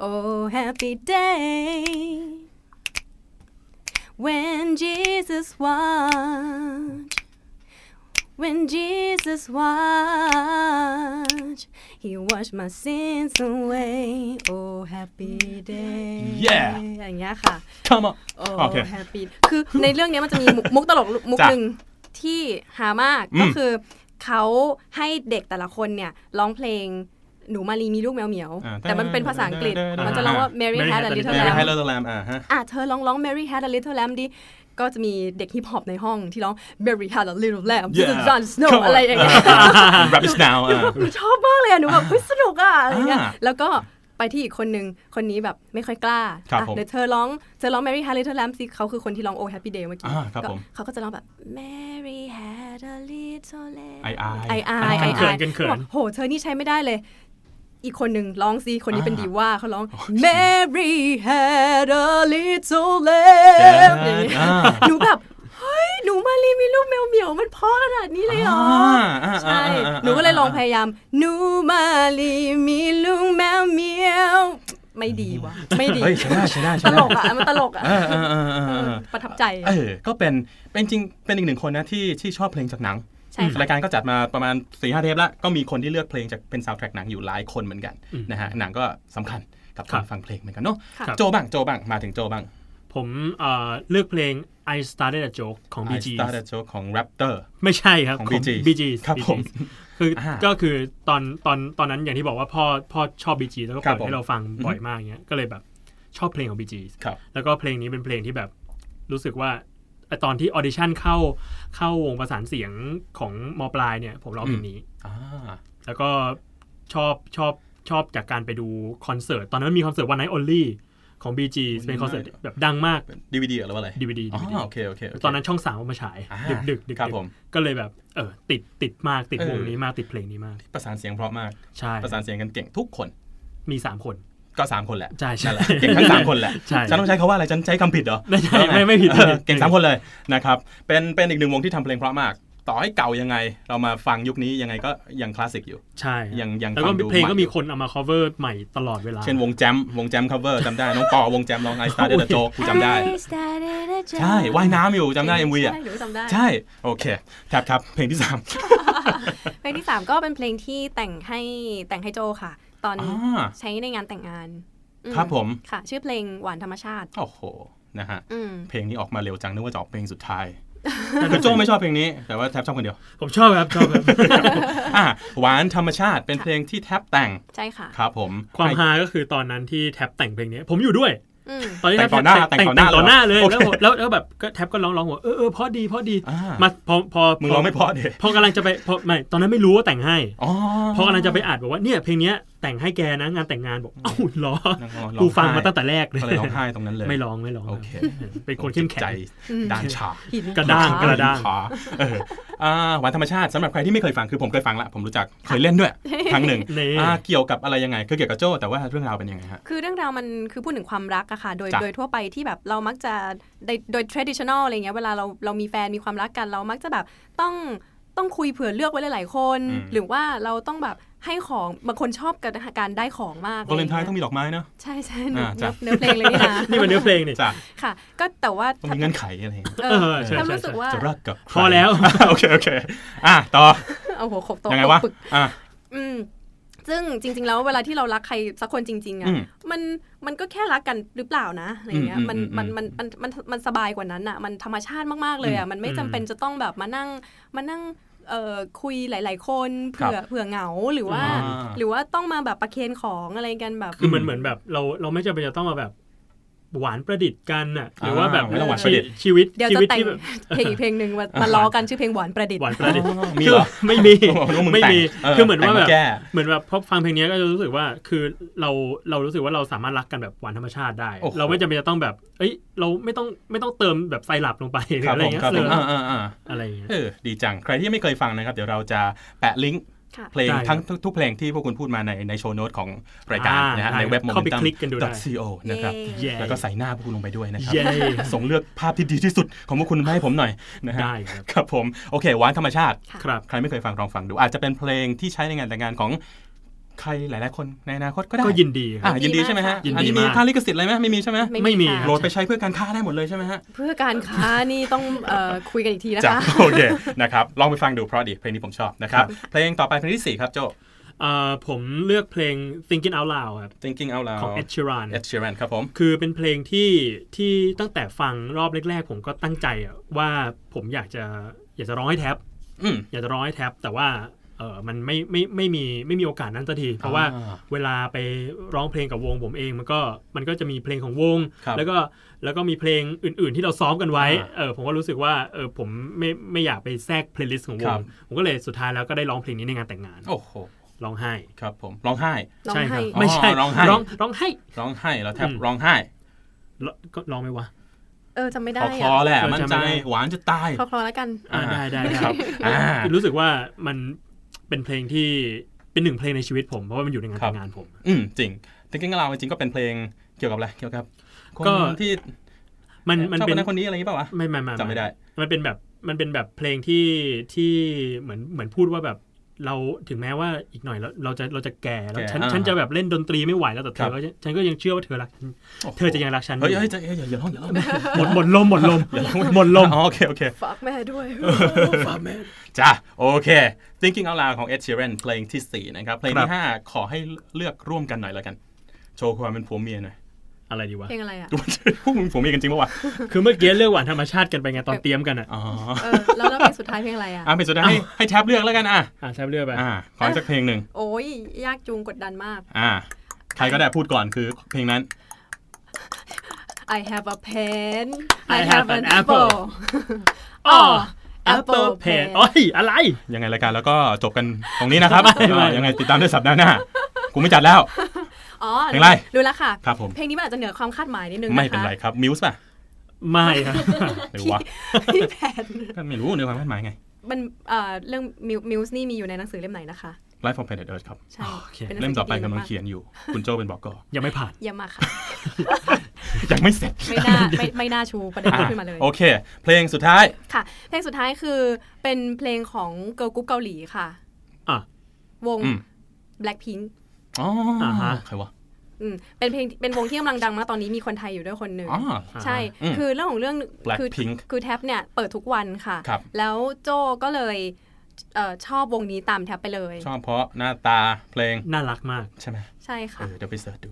Speaker 4: Oh happy day When Jesus watched When Jesus watched He washed my sins away Oh happy day
Speaker 2: Yeah
Speaker 4: อย่างเงี้ยค่ะ
Speaker 2: come on
Speaker 4: โอ้
Speaker 2: โอเค
Speaker 4: แฮปปี้คือในเรื่องเนี้ยมันจะมี มุก มุกตลกมุก
Speaker 2: จ้ะ
Speaker 4: หนึ่งที่หามาก
Speaker 2: อืม
Speaker 4: ก็คือเขาให้เด็กแต่ละคนเนี่ยร้องเพลงหนูมารีมีลูกแมวเหมียว
Speaker 2: อ่า
Speaker 4: แต่มันเป็นภาษาอังกฤษ
Speaker 2: อ่ามั
Speaker 4: มันจะร้องว่า Mary had a little
Speaker 2: ไม่
Speaker 4: lamb
Speaker 2: ให้เลิกแรมอ่าฮะ
Speaker 4: อ่ะเธอลองร้อง Mary had a little lamb ดิ ก็จะมีเด็กฮิปฮอปในห้องที่ร้อง Mary had a little lamb
Speaker 2: Yeah
Speaker 4: this is Jon Snow
Speaker 2: Come on
Speaker 4: อะไรอย่างเงี้ย
Speaker 2: rap is now อ่า
Speaker 4: หนูชอบมากเลยอะหนูแบบเฮ้ยสนุกอ่ะอะไรเงี้ย
Speaker 2: อ่า
Speaker 4: แล้วก็ไปที่อีกคนนึง คนนี้แบบไม่ค่อยกล้า
Speaker 2: ครับ
Speaker 4: อ่ะ
Speaker 2: ผม
Speaker 4: เดี๋ยวเธอร้องเธอร้อง Mary had a little lamb สิเขาคือคนที่ร้อง Oh Happy Day เมื่อกี้
Speaker 2: อ่าครับ
Speaker 4: ก็
Speaker 2: ผม
Speaker 4: เขาก็จะร้องแบบ Mary had a little lamb
Speaker 2: ไอไอ
Speaker 4: ไอไอาย
Speaker 3: กัเขิ
Speaker 4: ไอนไอน
Speaker 3: กันเขิน
Speaker 4: บอกโหเธอนี่ใช้ไม่ได้เลย อีกคนหนึ่งร้องสิคนนี้เป็น
Speaker 2: อ่า
Speaker 4: ดีว่าเขาร้อง Mary had a little lamb อย่างงี้
Speaker 2: อ่า
Speaker 4: หนูแบบ เฮ้ย หนูมารีมีลูกแมวเหมียวมันเพอขนาดนี้เลยเหรอ
Speaker 2: อ่า
Speaker 4: ใช่
Speaker 2: อ่าา
Speaker 4: หนูก็เลยลองพยายาม หนูมาลีมีลุงแมวเหมียว ไม่ดีวะไม่ดี
Speaker 2: เฮ้ยใช่ได้ใช่ได้
Speaker 4: ต
Speaker 2: ใช่
Speaker 4: ล
Speaker 2: ได้
Speaker 4: กอ่ะ มันตลกอ่ะ
Speaker 2: เออเออเออเออ
Speaker 4: เอ
Speaker 2: เอ
Speaker 4: อ
Speaker 2: อ
Speaker 4: ประทับใจ
Speaker 2: เออก็เป็นเป็นจริงเป็นอีกหนึ่งคนนะที่ที่ชอบเพลงจากหนัง
Speaker 4: ใช่ค่ะ
Speaker 2: รายการก็จัดมาประมาณ4ีหเทปแล้วก็มีคนที่เลือกเพลงจากเป็นซาวด์แทร็กหนังอยู่หลายคนเหมือนกัน
Speaker 3: อืม
Speaker 2: นะฮะหนังก็สำคัญกับการ
Speaker 3: คั
Speaker 2: ร
Speaker 3: บ
Speaker 2: ฟังเพลงเหมือนกันเนาะ
Speaker 4: ค่ะ
Speaker 2: โจบ้างโจบ้างมาถึงโจบ้าง
Speaker 3: ผมเอ่อเลือกเพลง I Started a Joke ของ
Speaker 2: I
Speaker 3: BG
Speaker 2: started a joke ของ Raptor
Speaker 3: ไม่ใช่ครับ
Speaker 2: ของ
Speaker 3: BG
Speaker 2: BGs
Speaker 3: BG
Speaker 2: ครับผม
Speaker 3: คือ
Speaker 2: อ่า
Speaker 3: ก็คือตอนตอนตอนนั้นอย่างที่บอกว่าพ่อพ่อชอบ BG แล้วก็
Speaker 2: ครับ
Speaker 3: เปิด
Speaker 2: ผม
Speaker 3: ให้เราฟังบ่อยมากเงี้ยก็เลยแบบชอบเพลงของ BG
Speaker 2: ครับ
Speaker 3: แล้วก็เพลงนี้เป็นเพลงที่แบบรู้สึกว่าไอ้ตอนที่ออดิชั่นเข้าเข้าวงประสานเสียงของมปลายเนี่ยผมร้องเพลงนี้
Speaker 2: อ่า
Speaker 3: แล้วก็ชอบชอบชอบจากการไปดูคอนเสิร์ต ตอนนั้นมันมีคอนเสิร์ตวันไนท์ออลลี่ของ BG เป็นคอนเสิร์ตแบบดังมาก
Speaker 2: เป็น DVD หรือว่าอะไร
Speaker 3: DVD
Speaker 2: อ๋อ
Speaker 3: DVD
Speaker 2: โอเคโอเคโเค
Speaker 3: ตอนนั้นช่องสามเอามาฉาย
Speaker 2: อ่า
Speaker 3: ดึกดึกดึก
Speaker 2: ครับ
Speaker 3: ดึก
Speaker 2: ผม
Speaker 3: ก็เลยแบบเออติดติดมากติด
Speaker 2: เออ
Speaker 3: วงนี้มากติดเพลงนี้มาก
Speaker 2: ประสานเสียงเพราะมาก
Speaker 3: ใช่
Speaker 2: ประสานเสียงกันเก่งทุกคน
Speaker 3: มีสามคน
Speaker 2: ก็ 3 คนแหละ
Speaker 3: ใช่ใช่
Speaker 2: นั่นแหละเก่งทั้ง 3 คนแหละ
Speaker 3: ใช่
Speaker 2: ฉันต้องใช้คาว่าอะไร ฉันใช้คำผิดเหรอ
Speaker 3: ไม่ใช่ไม่ไม่ผิด
Speaker 2: เออ
Speaker 3: ไม่ผิด
Speaker 2: เก่ง 3 คนเลยนะครับ เป็นเป็นอีกหนึ่งวงที่ทำเพลงเพราะมาก ต่อให้เก่ายังไง เรามาฟังยุคนี้ยังไงก็ยังคลาสสิกอยู่
Speaker 3: ใช่
Speaker 2: ยังยัง
Speaker 3: แล้วก็
Speaker 2: ฟังดู
Speaker 3: เพลง
Speaker 2: ใหม่
Speaker 3: ก็มี
Speaker 2: อยู่
Speaker 3: คนเอามา cover ใหม่ตลอดเวลา
Speaker 2: เช่นวงแจมวงแจม cover จำได้ น้องปอวงแจมร้อง I started a joke กูจำได้
Speaker 4: I started a joke
Speaker 2: ใช่ว่ายน้ำอยู่จำได้ MV อ่ะ
Speaker 4: ใช่หนูจำได้
Speaker 2: ใช่โอเคครับครับเพลงที่สาม
Speaker 4: เพลงที่ 3 ก็เป็นเพลงที่แต่งให้แต่งให้โจค่ะ ตอน
Speaker 2: อ่า
Speaker 4: ใช้ในงานแต่งงานอืม
Speaker 2: ครับผม
Speaker 4: ค่ะ ชื่อเพลงหวานธรรมชาติ
Speaker 2: โอ้โหนะฮะ
Speaker 4: อืม
Speaker 2: เพลงนี้ออกมาเร็วจังนึกว่าจะออกเพลงสุดท้ายคือโจ้ไม่ชอบเพลงนี้แต่ว่าแท็บชอบคนเดียว
Speaker 3: ผมชอบครับชอบครับ
Speaker 2: อ่ะหวานธรรมชาติเป็นเพลงที่แท็บแต่ง
Speaker 4: ใช่ค่ะ
Speaker 2: ครับผม
Speaker 3: ความ
Speaker 2: ให้
Speaker 3: ฮาก็คือตอนนั้นที่แท็บแต่งเพลงนี้ ผมอยู่ด้วย
Speaker 4: อืม
Speaker 3: ตอนนี้
Speaker 2: แต่งต่อหน้า
Speaker 3: แทบแต่ง
Speaker 2: แต่งต่อห
Speaker 3: แต่
Speaker 2: น้าง
Speaker 3: ต่อหน้าเลย
Speaker 2: โอเค
Speaker 3: แล้วผมแล้วแล้วแบบก็แท็บก็ร้องร้องหัวเออเออพอดีพอดี
Speaker 2: อ่าม
Speaker 3: มาพอพอ
Speaker 2: มึงร้องไม่เพอเด็
Speaker 3: พอกำลังจะไปพอไม่ตอนนั้นไม่รู้ว่าแต่งให้
Speaker 2: อ๋อ
Speaker 3: พอกำลังจะไปอัดบอกว่าเนี่ยเพลงเนี้ยแต่งให้แกนะงานแต่งงานบอกเอ้าเหรอ
Speaker 2: นั่งร้องไห้
Speaker 3: กูฟังมาตั้งแต่แรกเลย
Speaker 2: ก็เลยร้องไห้ตรงนั้นเลย
Speaker 3: ไม่ร้องไม่ร้อง
Speaker 2: โอเค
Speaker 3: เป็นคนเข้มแข็ง
Speaker 2: ใจ
Speaker 4: อืม
Speaker 2: ด้านชา
Speaker 4: หิน
Speaker 3: กระด้าง
Speaker 4: ขว
Speaker 3: กระด้าง
Speaker 2: ขาเอออ่าหวานธรรมชาติสำหรับใครที่ไม่เคยฟังคือผมเคยฟังละผมรู้จักเคยเล่น ด้วย ครั้งหนึ่ง
Speaker 3: นี่
Speaker 2: อ่าเกี่ยวกับอะไรยังไงคือเกี่ยวกับโจ้แต่ว่าเรื่องราวเป็นยังไงฮะ
Speaker 4: คือเรื่องราวมันคือพูดถึงความรักอะค่ะ โดย
Speaker 2: จ้ะ
Speaker 4: โดยทั่วไปที่แบบเรามักจะโดยโดย traditional อะไรเงี้ยเวลาเราเรามีแฟนมีความรักกัน เรามักจะแบบต้องต้องคุยเผื่อเลือกไว้หลายๆคน
Speaker 2: อืม
Speaker 4: หรือว่าเราต้องแบบให้ของบางคนชอบกับการได้ของมาก
Speaker 2: วาเลนไทน์ต้องมีดอกไม้เนอะ
Speaker 4: ใช่ใช่เนื้อ
Speaker 2: อ่าจ้ะ
Speaker 4: เนื้อเพลงเลยนี่นะ
Speaker 3: นี่มันเนื้อเพลงนี่
Speaker 2: จ้ะ
Speaker 4: ค่ะ ก็แต่ว่า
Speaker 2: ต้องมีเงื่อนไขอะไรอย่างเงี้ย
Speaker 4: เอ
Speaker 3: เอ
Speaker 4: อ
Speaker 3: อใช่
Speaker 4: ถ้า
Speaker 3: ใช่
Speaker 4: รู้สึ
Speaker 3: ใช่
Speaker 4: กว่า
Speaker 2: จะรักกับใคร
Speaker 3: พอแล้ว
Speaker 2: โอเคโอเคอ่ะต่อ
Speaker 4: เอาหัวขกโต๊ะ
Speaker 2: ยังไงวะ
Speaker 4: ปึก
Speaker 2: อ่ะ
Speaker 4: อืมซึ่งจริง ๆ แล้วเวลาที่เรารักใครสักคนจริง ๆ
Speaker 2: อื
Speaker 4: อะ
Speaker 2: ม
Speaker 4: มันมันก็แค่รักกันหรือเปล่านะอะไรเงี้ย
Speaker 2: อืม
Speaker 4: มัน
Speaker 2: อืม
Speaker 4: มันมันมันมันมันสบายกว่านั้นอ่ะมันธรรมชาติมาก ๆ เลยอ่ะมันไม่จำเป็นจะต้องแบบมานั่งมานั่งเอ่อคุยหลาย ๆ คน
Speaker 2: ครับ
Speaker 4: เผื่อเผื่อเหงาหรือว่า
Speaker 2: อ่า
Speaker 4: หรือว่าต้องมาแบบประเคนของอะไรกันแบบ
Speaker 3: คือมันเหมือนแบบเราเราไม่จำเป็นจะต้องมาแบบหวานประดิษฐ์กันน่ะหรือว่าแบบ
Speaker 2: ไม่ต้องหวานประดิษฐ์
Speaker 3: ชีชีวิต
Speaker 4: เดี๋ยว
Speaker 3: ชี
Speaker 4: จะ
Speaker 3: วิต
Speaker 4: แต่ง
Speaker 3: ที่แบบ
Speaker 4: เพลงอีกเพ ลงหนึ่งมามาล้อกันชื่อเพลงหวานประดิษฐ์
Speaker 3: หวานประดิษฐ์
Speaker 2: อ๋อมีเหรอ
Speaker 3: คือไม่มี
Speaker 2: ผมรู้มึง
Speaker 3: ไม่
Speaker 2: แต่ง
Speaker 3: มี
Speaker 2: เออ
Speaker 3: คือเหมือนว่า
Speaker 2: แต่งมา
Speaker 3: แบบ
Speaker 2: แก้
Speaker 3: เหมือนแบบพอฟังเพลงเนี้ยก็จะรู้สึกว่าคือเราเรารู้สึกว่าเราสามารถรักกันแบบหวานธรรมชาติได้
Speaker 2: โอ้โห
Speaker 3: เราไม่จำเป็นจะต้องแบบ เอ้ย เราไม่ต้องไม่ต้องเติมแบบไซรัปลงไปหรือ
Speaker 2: ครับ
Speaker 3: อะไร
Speaker 2: ผม
Speaker 3: เงี้ย
Speaker 2: ครับผม
Speaker 3: เออ
Speaker 2: อ่าอ่าอ่า
Speaker 3: อะไรเงี้ย
Speaker 2: เออดีจังใครที่ยังไม่เคยฟังนะครับ เดี๋ยวเราจะแปะลิงก์
Speaker 4: ค่ะ
Speaker 2: เพลง
Speaker 3: ได้ครับ
Speaker 2: ทั้งทุกทุกเพลงที่พวกคุณพูดมาในในโชว์โน้ตของรายการ
Speaker 3: อ่าน
Speaker 2: นะฮะ
Speaker 3: ได้
Speaker 2: ในเว็บ
Speaker 3: เข้าไปคลิกกันดูได้
Speaker 2: momentum.co นะครับ
Speaker 3: เย้
Speaker 2: แล้วก็ใส่หน้าพวกคุณลงไปด้วยนะครับ
Speaker 3: เย้
Speaker 2: ส่งเลือกภาพที่ดีที่สุดของพวกคุณมาให้ผมหน่อยนะฮะ
Speaker 3: ได้ครับ
Speaker 2: ครับผมโอเคหวานธรรมชาติ
Speaker 4: ค่ะ
Speaker 3: ครับ
Speaker 2: ใครไม่เคยฟังลองฟังดู อาจจะเป็นเพลงที่ใช้ในงานแต่งงานของใครหลาย ๆ คนในอนาคตก็ได้
Speaker 3: ก็ยินดีค
Speaker 2: อ่ะ
Speaker 3: รับ
Speaker 2: ยินดีใช่ไหมฮะ
Speaker 3: ยินดี
Speaker 2: อันนี้มี
Speaker 3: มาก
Speaker 2: ค่าลิขสิทธิ์อะไรไหมไม่มีใช่ไหม
Speaker 3: ไม่มี
Speaker 4: ค่ะ
Speaker 2: โหลดไปใช้เพื่อการค้าได้หมดเลยใช่ไหมฮะ
Speaker 4: เพื่อการค้านี่ต้องเอ่อคุยกันอีกทีนะ
Speaker 2: จ้ะ
Speaker 4: คะ
Speaker 2: โอเคนะครับลองไปฟังดูเพราะดีเพลงนี้ผมชอบนะครับเพลงต่อไปเพลงที่สี่ครับโจ
Speaker 3: เอ่อผมเลือกเพลง Thinking Out Loud ครับ
Speaker 2: thinking out loud
Speaker 3: ของ Ed Sheeran
Speaker 2: Ed Sheeran ครับผม
Speaker 3: คือเป็นเพลงที่ที่ตั้งแต่ฟังรอบแรกๆ ผมก็ตั้งใจอะว่าผมอยากจะอยากจะร้องให้แท็บ
Speaker 2: อืม
Speaker 3: อยากจะร้องให้แท็บแต่ว่าเออมันไม่ไม่ไม่มีไม่มีโอกาสนั้นสักที เพราะว่า
Speaker 2: อ่า
Speaker 3: เวลาไปร้องเพลงกับวงผมเองมันก็มันก็จะมีเพลงของวง
Speaker 2: ครับ
Speaker 3: แล้วก็แล้วก็มีเพลงอื่นๆ ที่เราซ้อมกันไว้
Speaker 2: อ่า
Speaker 3: เออผมก็รู้สึกว่าเออผมไม่ไม่อยากไปแทรกเพลย์ลิสต์ของว
Speaker 2: ครั
Speaker 3: ง
Speaker 2: บ
Speaker 3: ผมก็เลยสุดท้ายแล้วก็ได้ร้องเพลงนี้ในงานแต่งงาน
Speaker 2: โอ้โห
Speaker 3: ร้องไห้
Speaker 2: ครับผมร้องไห้
Speaker 4: ร้อง
Speaker 3: ใช่ค
Speaker 4: ไห้
Speaker 3: รับไม่ใช่
Speaker 2: อ๋อร้องไห้
Speaker 3: ร้องร้องไห้
Speaker 2: ร้องไห้แล้วแทบ
Speaker 3: อืม
Speaker 2: ร้องไห้
Speaker 3: ร้องก็ร้องไหมวะ
Speaker 4: เออจำไม่ได้
Speaker 2: ขอค
Speaker 4: อะ
Speaker 2: อแหละ
Speaker 3: เออ
Speaker 2: มั่น
Speaker 3: จำไม่
Speaker 2: ใจ
Speaker 3: ได้
Speaker 2: หวานจะตาย
Speaker 4: คลอๆแล้วกัน
Speaker 3: อ่าได้ได้
Speaker 2: ครับอ่า
Speaker 3: รู้สึกว่ามันเป็นเพลงที่เป็นหนึ่งเพลงในชีวิตผม เพราะว่ามันอยู่ในงาน
Speaker 2: ครับ
Speaker 3: แต่งงานผม
Speaker 2: อืมจริง thinking out loud จริงๆก็เป็นเพลงเกี่ยวกับอะไรเกี่ยวกับคน
Speaker 3: ก็
Speaker 2: ที่
Speaker 3: มัน
Speaker 2: ชอ
Speaker 3: มัน
Speaker 2: บค
Speaker 3: เป็น น
Speaker 2: นั้นคนนี้อะไรอย่างงี้เปล่าวะ
Speaker 3: ไม่ไม่ไม่
Speaker 2: จำไม่ได้
Speaker 3: มันเป็นแบบมันเป็นแบบเพลงที่ที่เหมือนเหมือนพูดว่าแบบเราถึงแม้ว่าอีกหน่อยเราเราจะเราจะแก่แล้ว
Speaker 2: แก่
Speaker 3: ฉัน
Speaker 2: อ่า
Speaker 3: ฉันจะแบบเล่นดนตรีไม่ไหวแล้วแต่เธ
Speaker 2: ครั
Speaker 3: อบ ก็ยังฉันก็ยังเชื่อว่าเธอรักฉันเธอจะยังรักฉัน
Speaker 2: เฮ้ยเฮ้ยใจเฮ้ยอย่าอย่าร้องอย่าร้อง
Speaker 3: หมดหมดลมหมดลมหมดลม
Speaker 2: อ๋อโอเคโอเค
Speaker 4: ฝากแม่ ด้วย
Speaker 2: จ้ะโอเค thinking out loud ของ Ed Sheeran เพลงที่สี่นะครับเพลงที่ห้าขอให้เลือกร่วมกันหน่อยแล้วกัน โชว์ความเป็นผัวเมียห น่อย
Speaker 3: อะไรดีวะ
Speaker 4: เพลงอะไรอะ
Speaker 2: พวกมึงผัวเมียกันจริงปะวะ
Speaker 3: คือเมื่อกี้เลือกหวานธรรมชาติกันไปไงตอนเตรียมกันอ่ะ
Speaker 2: อ๋อ
Speaker 4: เออแล้วแล้วเพลงสุดท้ายเพลงอะไร อะ
Speaker 2: อ่ะเป็นสุดท้ายให้ให้แท็บเลือกแล้วกันอ่ะ
Speaker 3: อ่ะใช้เลือกไป
Speaker 2: อ่าขออีกสักเพลงหนึ่ง
Speaker 4: โอ้ยยากจูงกดดันมาก
Speaker 2: อ่าใครก็ได้พูดก่อนคือเพลงนั้น
Speaker 4: I have a pen
Speaker 3: I have an apple
Speaker 4: อ๋อ
Speaker 3: Apple
Speaker 4: Apple
Speaker 3: Pen
Speaker 4: Pen
Speaker 3: โอ้ยอะไร
Speaker 2: ยังไงรายการแล้วก็จบกันตรงนี้ นะครับ
Speaker 3: ไม่ไม่
Speaker 2: เออยังไงติดตามได้สัปดาห์หน้ากูไม่จัดแล้ว
Speaker 4: อ๋อ
Speaker 2: เพลงอะไร
Speaker 4: รู้แล้วค่ะ
Speaker 2: ครับผม
Speaker 4: เพลงนี้มันอาจจะเหนือความคาดหมายนิดนึงะคะ
Speaker 2: ไม่เป็นไรครับมิวส์ป่ะ
Speaker 3: ไม่ครับ
Speaker 2: หรือ วะ
Speaker 4: พี่แพน
Speaker 2: ก็ไม่รู้ในความคาดหมายไง
Speaker 4: มันเอ่อเรื่องมิวส์นี่มีอยู่ในหนังสือเล่มไหนนะคะ
Speaker 2: Life from Planet Earth ครับ
Speaker 4: ใช่
Speaker 3: โอเค
Speaker 4: ป็นหนังสื
Speaker 2: เล่มต่อไปกำลัง
Speaker 4: ที่ดี
Speaker 2: เขียนอยู่ คุณโจเป็นบอก กอ
Speaker 3: ยังไม่ผ่าน
Speaker 4: เยี่ยมมากค่ะ
Speaker 2: ยังไม่เสร็จ
Speaker 4: ไม่ น่าไม่ไม่น่าชูประเด็นขึ้นมาเลย
Speaker 2: โอเค เพลงสุดท้าย
Speaker 4: ค่ะ เพลงสุดท้ายคือเป็นเพลงของเกิร์ลกรุ๊ปเกาหลีค่ะ
Speaker 3: อ่ะ
Speaker 4: วง
Speaker 2: อืม
Speaker 4: Blackpink
Speaker 2: อ๋ออา
Speaker 3: ฮะ
Speaker 2: ใครวะ
Speaker 4: อืมเป็นเพลงเป็นวงที่กำลังดังมากตอนนี้มีคนไทยอยู่ด้วยคนหนึ่ง
Speaker 2: อ๋อ
Speaker 4: ใช่
Speaker 2: อืม
Speaker 4: คือเรื่องของเรื่อง
Speaker 2: Black
Speaker 4: คือ
Speaker 2: Pink
Speaker 4: คือแท็บเนี่ยเปิดทุกวันค่ะ
Speaker 2: ครับ
Speaker 4: แล้วโจก็เลยเออชอบวงนี้ตามแท็บไปเลย
Speaker 2: ชอบเพราะหน้าตาเพลง
Speaker 3: น่ารักมาก
Speaker 2: ใช่ไหม
Speaker 4: ใช่
Speaker 2: เอ
Speaker 4: ค่ะ
Speaker 2: อเดี๋ยวไปเสิร์ชดู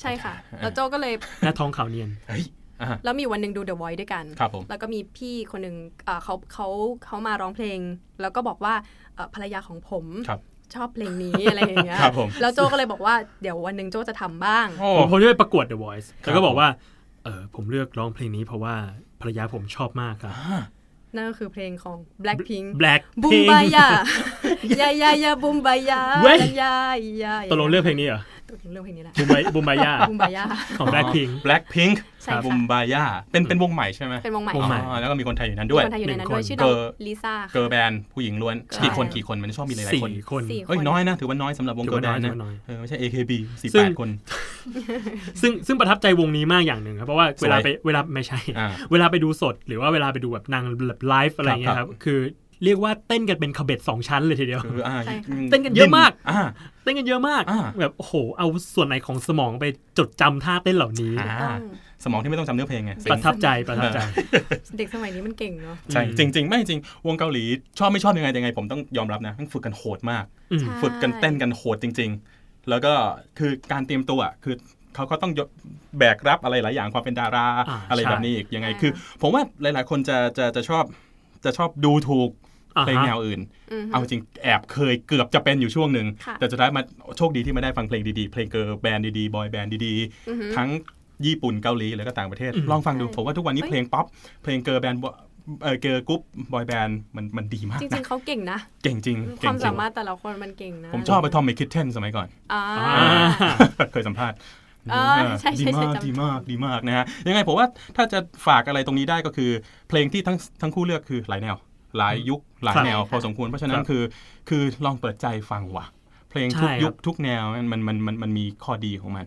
Speaker 4: ใช่ค่ะ แล้วโจก็เลย
Speaker 3: หน้าท้องขาวเนียน
Speaker 2: เฮ้ยอ่ะ
Speaker 4: แล้วมีวันหนึ่งดู The Voice ด้วยกัน
Speaker 2: ครับผม
Speaker 4: แล้วก็มีพี่คนหนึ่งเอ่อเขาเขาเขามาร้องเพลง แล้วก็บอกว่าเอ่อภรรยาของผม
Speaker 2: ครับ
Speaker 4: ชอบเพลงนี้ อะไรอย่างเงี้ย
Speaker 2: ครับผม
Speaker 4: แล้วโจก็เลยบอกว่าเดี๋ยววันหนึ่งโจจะทำบ้าง
Speaker 2: โอ้
Speaker 3: ผมผมจะไปประกวด The Voice
Speaker 2: ครับ
Speaker 3: แล้วก็บอกว่าเออผมเลือกร้องเพลงนี้เพราะว่าภรรยาผมชอบมากครับ
Speaker 4: นั่นก็คือเพลงของ Blackpink
Speaker 3: Black
Speaker 4: บุม
Speaker 3: Pink
Speaker 4: บายา ยายายาบุมบายา
Speaker 3: เว้ย
Speaker 4: ยายา
Speaker 3: ตกลงเลือกเพลงนี้เหรอ
Speaker 4: เรื่องเพลงนี้แหละ
Speaker 3: บุมบาย บุมบายา
Speaker 4: บุมบายา
Speaker 3: ของ Blackpink
Speaker 2: Blackpink
Speaker 4: ใช่ค่ะ
Speaker 2: บุมบายาเป็นเป็นวงใหม่ใช่ไหม
Speaker 4: เป็นวงใหม่
Speaker 3: วงใหม่
Speaker 2: อ๋อแล้วก็มีคนไทยอยู่นั้น
Speaker 4: ด้
Speaker 2: ด้
Speaker 4: ว
Speaker 2: วย
Speaker 4: ยคนไทยอยู่ในนั้น
Speaker 3: หนึ่งคน
Speaker 4: ด้วยชื่อ
Speaker 2: เก
Speaker 4: น้อง
Speaker 2: อร์
Speaker 4: ลิซ่า
Speaker 2: เกอร์ล
Speaker 4: ค่ะ
Speaker 2: แบนด์ผู้หญิงล้วน
Speaker 4: ใช่
Speaker 2: กี่คนกี่คนมันชอบมีหลาย
Speaker 3: สี่
Speaker 2: ๆคน
Speaker 3: คน
Speaker 4: สี่ค
Speaker 2: เอ้ย
Speaker 4: น
Speaker 2: น้อยนะ ถือว่าน้อยสำหรับวง
Speaker 3: ถือ
Speaker 2: เกอ
Speaker 3: ว่า
Speaker 2: ร์ลแบนด์
Speaker 3: น้อย
Speaker 2: นะ
Speaker 3: ถื
Speaker 2: เออ
Speaker 3: อว่าน้อย
Speaker 2: ไม่ใช่ AKB
Speaker 3: ซึ่ง
Speaker 2: 48 คน
Speaker 3: ซึ่งซึ่งประทับใจวงนี้มากอย่างหนึ่งครับ เพราะว่าเวลา
Speaker 2: สวย
Speaker 3: ไปเวลาไม่ใช่
Speaker 2: อ่า
Speaker 3: เวลาไปดูสดหรือว่าเวลาไปดูแบบนางแบบไลฟ์อะไรอย่างเงี้
Speaker 2: ค
Speaker 3: ยครับ รับ คือเรียกว่าเต้นกันเป็นขบเบ็ดสองชั้นเลยทีเดียว
Speaker 2: คืออ่า
Speaker 4: ใช่ค่ะ
Speaker 2: ม
Speaker 3: เต้นกันเยอะมาก
Speaker 2: อ่า
Speaker 3: เต้นกันเยอะมาก
Speaker 2: อ่า
Speaker 3: แบบโอ้โหเอาส่วนไหนของสมองไปจดจำท่าเต้นเหล่านี้
Speaker 2: อ่าสมองที่ไม่ต้องจำเนื้อเพลงไงเสีย
Speaker 3: ป
Speaker 2: ง
Speaker 3: ระทับใจประทับใจ
Speaker 4: เด็กสมัยนี้มันเก่งเนาะ
Speaker 2: ใช่
Speaker 3: อืม
Speaker 2: จริง ๆ ไม่จริงวงเกาหลีชอบไม่ชอบยังไงยังไง ผมต้องยอมรับนะมันฝึกกันโหดมาก
Speaker 3: อืม
Speaker 4: ใช่
Speaker 2: ฝึกกันเต้นกันโหดจริง ๆ แล้วก็คือการเตรียมตัวอะคือเขาก็ต้องยกแบกรับอะไรหลายอย่างความเป็นดารา
Speaker 3: อ่า
Speaker 2: อะไร
Speaker 3: ใช่
Speaker 2: แบบนี้อีกยังไง
Speaker 4: อ่า
Speaker 2: คือ ผมว่าหลาย ๆ คนจะจะจะชอบจะชอบดูถูก
Speaker 3: อ่า
Speaker 2: เพลง
Speaker 3: ฮะ
Speaker 2: แนวอื่น
Speaker 4: อืม
Speaker 2: เอาจริงแอบเคยเกือบจะเป็นอยู่ช่วงหนึ่ง
Speaker 4: ค่ะ
Speaker 2: แต่สุดท้ายมาโชคดีที่มาได้ฟังเพลงดีๆ เพลงเกิร์ลแบนด์ดีๆบอยแบนด์ดี
Speaker 4: อือฮึ
Speaker 2: ๆ ทั้งญี่ปุ่นเกาหลีแล้วก็ต่างประเทศ
Speaker 3: อืม
Speaker 2: ลองฟังดู
Speaker 4: ใช่
Speaker 2: ผมว่าทุกวันนี้
Speaker 4: เอ้ย
Speaker 2: เพลงป๊อปเพลงเกิร์ลแบนด์เออเกิร์ลกรุ๊ปบอยแบนด์มันมันดีมากนะ
Speaker 4: จริงๆเขาเก่งนะ
Speaker 2: เก่งจริง
Speaker 4: ค
Speaker 2: เก่
Speaker 4: วาง ม
Speaker 2: จริ
Speaker 4: สาง มารถแต่ละคนมันเก่งนะ
Speaker 2: ผมชอบไปทอมเมคิทเทนสมัยก่อน
Speaker 4: อ่า
Speaker 3: อ่า
Speaker 2: เคยสัมภาษณ์
Speaker 4: อ่าใช่ใช่
Speaker 2: ดี
Speaker 4: ใช่
Speaker 2: มาก
Speaker 4: จำ
Speaker 2: ดีมากดีมากนะฮะยังไงผมว่าถ้าจะฝากอะไรตรงนี้ได้ก็คือ เพลงที่ทั้งทั้งคู่เลือกคือหลายแนว หลายยุคหลายแนว
Speaker 4: ครับ
Speaker 2: พอสมควรเพราะฉะนั้น
Speaker 3: ครับ
Speaker 2: คือ คือลองเปิดใจฟังว่ะ เพลงทุก
Speaker 3: ใช่ครับ
Speaker 2: ยุคทุกแนวมันมันมันมันมันมีข้อดีของมัน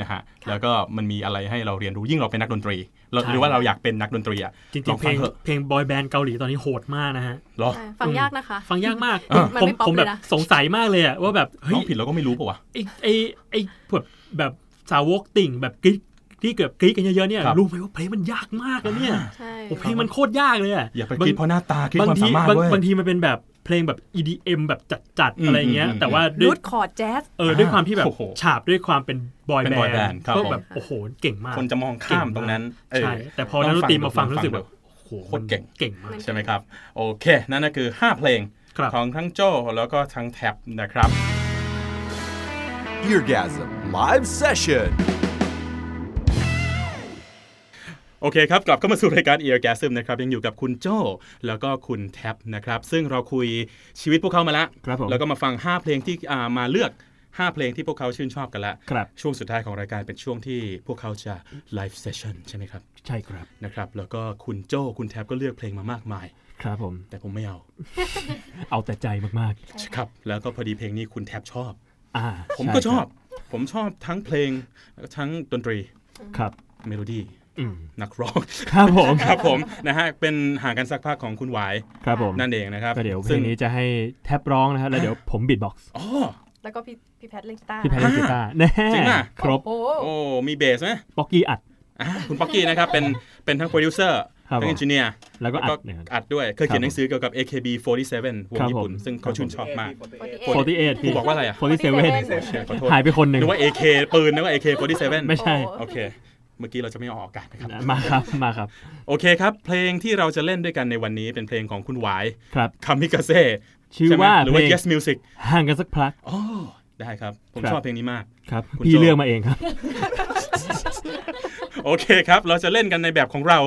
Speaker 2: นะฮะแล้วก็มันมีอะไรให้เราเรียนรู้ยิ่งเราเป็นนักดนตรีเราหรือว่าเราอยากเป็นนักดนตรีอ่ะ
Speaker 3: จริ
Speaker 2: ล
Speaker 3: ง
Speaker 2: องฟั
Speaker 3: ๆเพ
Speaker 2: ง
Speaker 3: ลง
Speaker 2: เถอะ
Speaker 3: เพลงบอยแบนด์เกาหลีตอนนี้โหดมากนะฮะ
Speaker 2: เหรอ
Speaker 4: ใช่ฟังยากนะคะ
Speaker 3: ฟังยากมาก
Speaker 4: เออมัน
Speaker 3: ผม
Speaker 4: ไม่ป๊อป
Speaker 3: ผมแบบ
Speaker 4: เลยนะ
Speaker 3: สงสัยมากเลยอะว่าแบบเฮ้
Speaker 2: ร้อ
Speaker 3: ย
Speaker 2: งผิดเราก็ไม่รู้ป่าวะ
Speaker 3: ไอไอไอแบบแบบสาวกติ่งแบบกรี๊ดที่เกือบกรี๊ดกันเยอะๆเนี่ย
Speaker 2: ครับ
Speaker 3: รู้ไหมว่าเพลงมันยากมากนะเนี่ย
Speaker 4: ใช่
Speaker 3: โอ้เพลงมันโคตรยากเลยอะ
Speaker 2: อย่าไป
Speaker 3: บง
Speaker 2: คิดเพราะหน้าตาคิด
Speaker 3: บาง
Speaker 2: ความ
Speaker 3: ที
Speaker 2: สามารถ
Speaker 3: บาง
Speaker 2: เว้ย
Speaker 3: บางทีมันเป็นแบบเพลงแบบ EDM แบบจัด
Speaker 2: อืม
Speaker 3: ๆอะไรอย่างเงี้ย
Speaker 2: อืม
Speaker 3: แต่ว่าด้
Speaker 4: รู
Speaker 3: วย
Speaker 4: ดคอร์ดแจ๊ส
Speaker 3: เออด้วยความที่แบบ
Speaker 2: โอ้โห
Speaker 3: ฉาบด้วยความเป็นบอย
Speaker 2: เป็น
Speaker 3: แบ
Speaker 2: boy
Speaker 3: น
Speaker 2: band
Speaker 3: ด์
Speaker 2: ครับ
Speaker 3: ก็
Speaker 2: ผม
Speaker 3: แบบโอ้โหเก่งมาก
Speaker 2: คนจะมองข้ามตรงนั้นเออ
Speaker 3: ใช่แต่พอนักดนตรีมาฟังรู้สึกแบบโอ้โห
Speaker 2: โคตรเก่ง
Speaker 3: เก่งมาก
Speaker 2: ใช่ไหมครับ โอเค นั่นก็คือ 5 เพลง
Speaker 3: ครับ
Speaker 2: ของทั้งโจ้แล้วก็ทั้งแท็บนะครับ
Speaker 1: Eargasm Live Session.
Speaker 2: โอเคครับ กลับเข้ามาสู่รายการ Ear Gasm นะครับ ยังอยู่กับคุณโจ้แล้วก็คุณแท็บนะครับ ซึ่งเราคุยชีวิตพวกเขามาละ
Speaker 3: ครับผม
Speaker 2: แล้วก็มาฟัง 5 เพลงที่อ่ามาเลือก 5 เพลงที่พวกเขาชื่นชอบกันละ
Speaker 3: ครับ
Speaker 2: ช่วงสุดท้ายของรายการเป็นช่วงที่พวกเขาจะ Live Session ใช่ไหมครับ
Speaker 3: ใช่ครับ
Speaker 2: นะครับ แล้วก็คุณโจ้คุณแท็บก็เลือกเพลงมามากมาย
Speaker 3: ครับผม
Speaker 2: แต่ผมไม่เอา
Speaker 3: เอาแต่ใจมาก
Speaker 2: ครับแล้วก็พอดีเพลงนี้คุณแท็บชอบ
Speaker 3: ๆ อ่า
Speaker 2: ผมก็ชอบ ผมชอบทั้งเพลงทั้งดนตรี
Speaker 3: ครับ
Speaker 2: เมโลดี้
Speaker 3: อืม
Speaker 2: นักร้อง
Speaker 3: ครับผม
Speaker 2: ครับผมนะฮะเป็นห่างกันสักพักของคุณหวาย
Speaker 3: ครับผม
Speaker 2: นั่นเองนะครับ
Speaker 3: ก็เดี๋ยวเพล
Speaker 2: ซึ่
Speaker 3: งนี้จะให้แท็บร้องนะครับ แล้วเดี๋ยวผมบีทบ็อกซ์
Speaker 2: อ๋อ
Speaker 4: แล้วก็พี่พี่แพทเล่นกีตาร์
Speaker 3: พี่แพทเล่นกีตาร์แน่
Speaker 2: จริงอ่ะ
Speaker 3: ครบ
Speaker 4: โอ้
Speaker 2: โอ้มีเบสไหม
Speaker 3: ป๊อกกี้อัด
Speaker 2: อ่าคุณป๊อกกี้นะครับ เป็นเป็นทั้งโปรดิวเซอร์
Speaker 3: ครับ
Speaker 2: ทั้ง
Speaker 3: ผม
Speaker 2: อินจิเนียร์
Speaker 3: แล้วก็
Speaker 2: แล้ว
Speaker 3: อั
Speaker 2: ก็
Speaker 3: ดนะครับ
Speaker 2: อัดด้วยเคยเขียนหนังสือเกี่ยวกับ AKB47 วง
Speaker 3: ครับ
Speaker 2: ญี่ปุ่น
Speaker 3: ผม
Speaker 2: ซึ่งเขาชื่นชอบมาก
Speaker 4: โอ้
Speaker 3: 48
Speaker 2: กูบอกว่าอะไรอ่ะ
Speaker 3: 48
Speaker 2: ขอโทษ
Speaker 3: หายไปคนหนึ่ง
Speaker 2: นึกว่า AK ปืนนึกว่า AK47
Speaker 3: ไม่ใช่
Speaker 4: โอ้
Speaker 2: โอเค เมื่อกี้เราจะไม่ออกอากาศนะครับ
Speaker 3: มาครับมาครับ
Speaker 2: โอเคครับ เพลงที่เราจะเล่นด้วยกันในวันนี้เป็นเพลงของคุณหวาย
Speaker 3: ครับ
Speaker 2: คามิกาเซ่
Speaker 3: ชื่อ
Speaker 2: ใช่ไหม
Speaker 3: ว่า
Speaker 2: หรือ
Speaker 3: เพล
Speaker 2: ว่า
Speaker 3: ง
Speaker 2: Yes Music
Speaker 3: ห่างกันสักพัก
Speaker 2: อ๋อได้ครับ ผม
Speaker 3: ครับ
Speaker 2: ชอบเพลงนี้มาก
Speaker 3: ครับ
Speaker 2: คุณ
Speaker 3: พี่
Speaker 2: โจ
Speaker 3: เลือกมาเองครับ
Speaker 2: โอเคครับ เราจะเล่นกันในแบบของเรา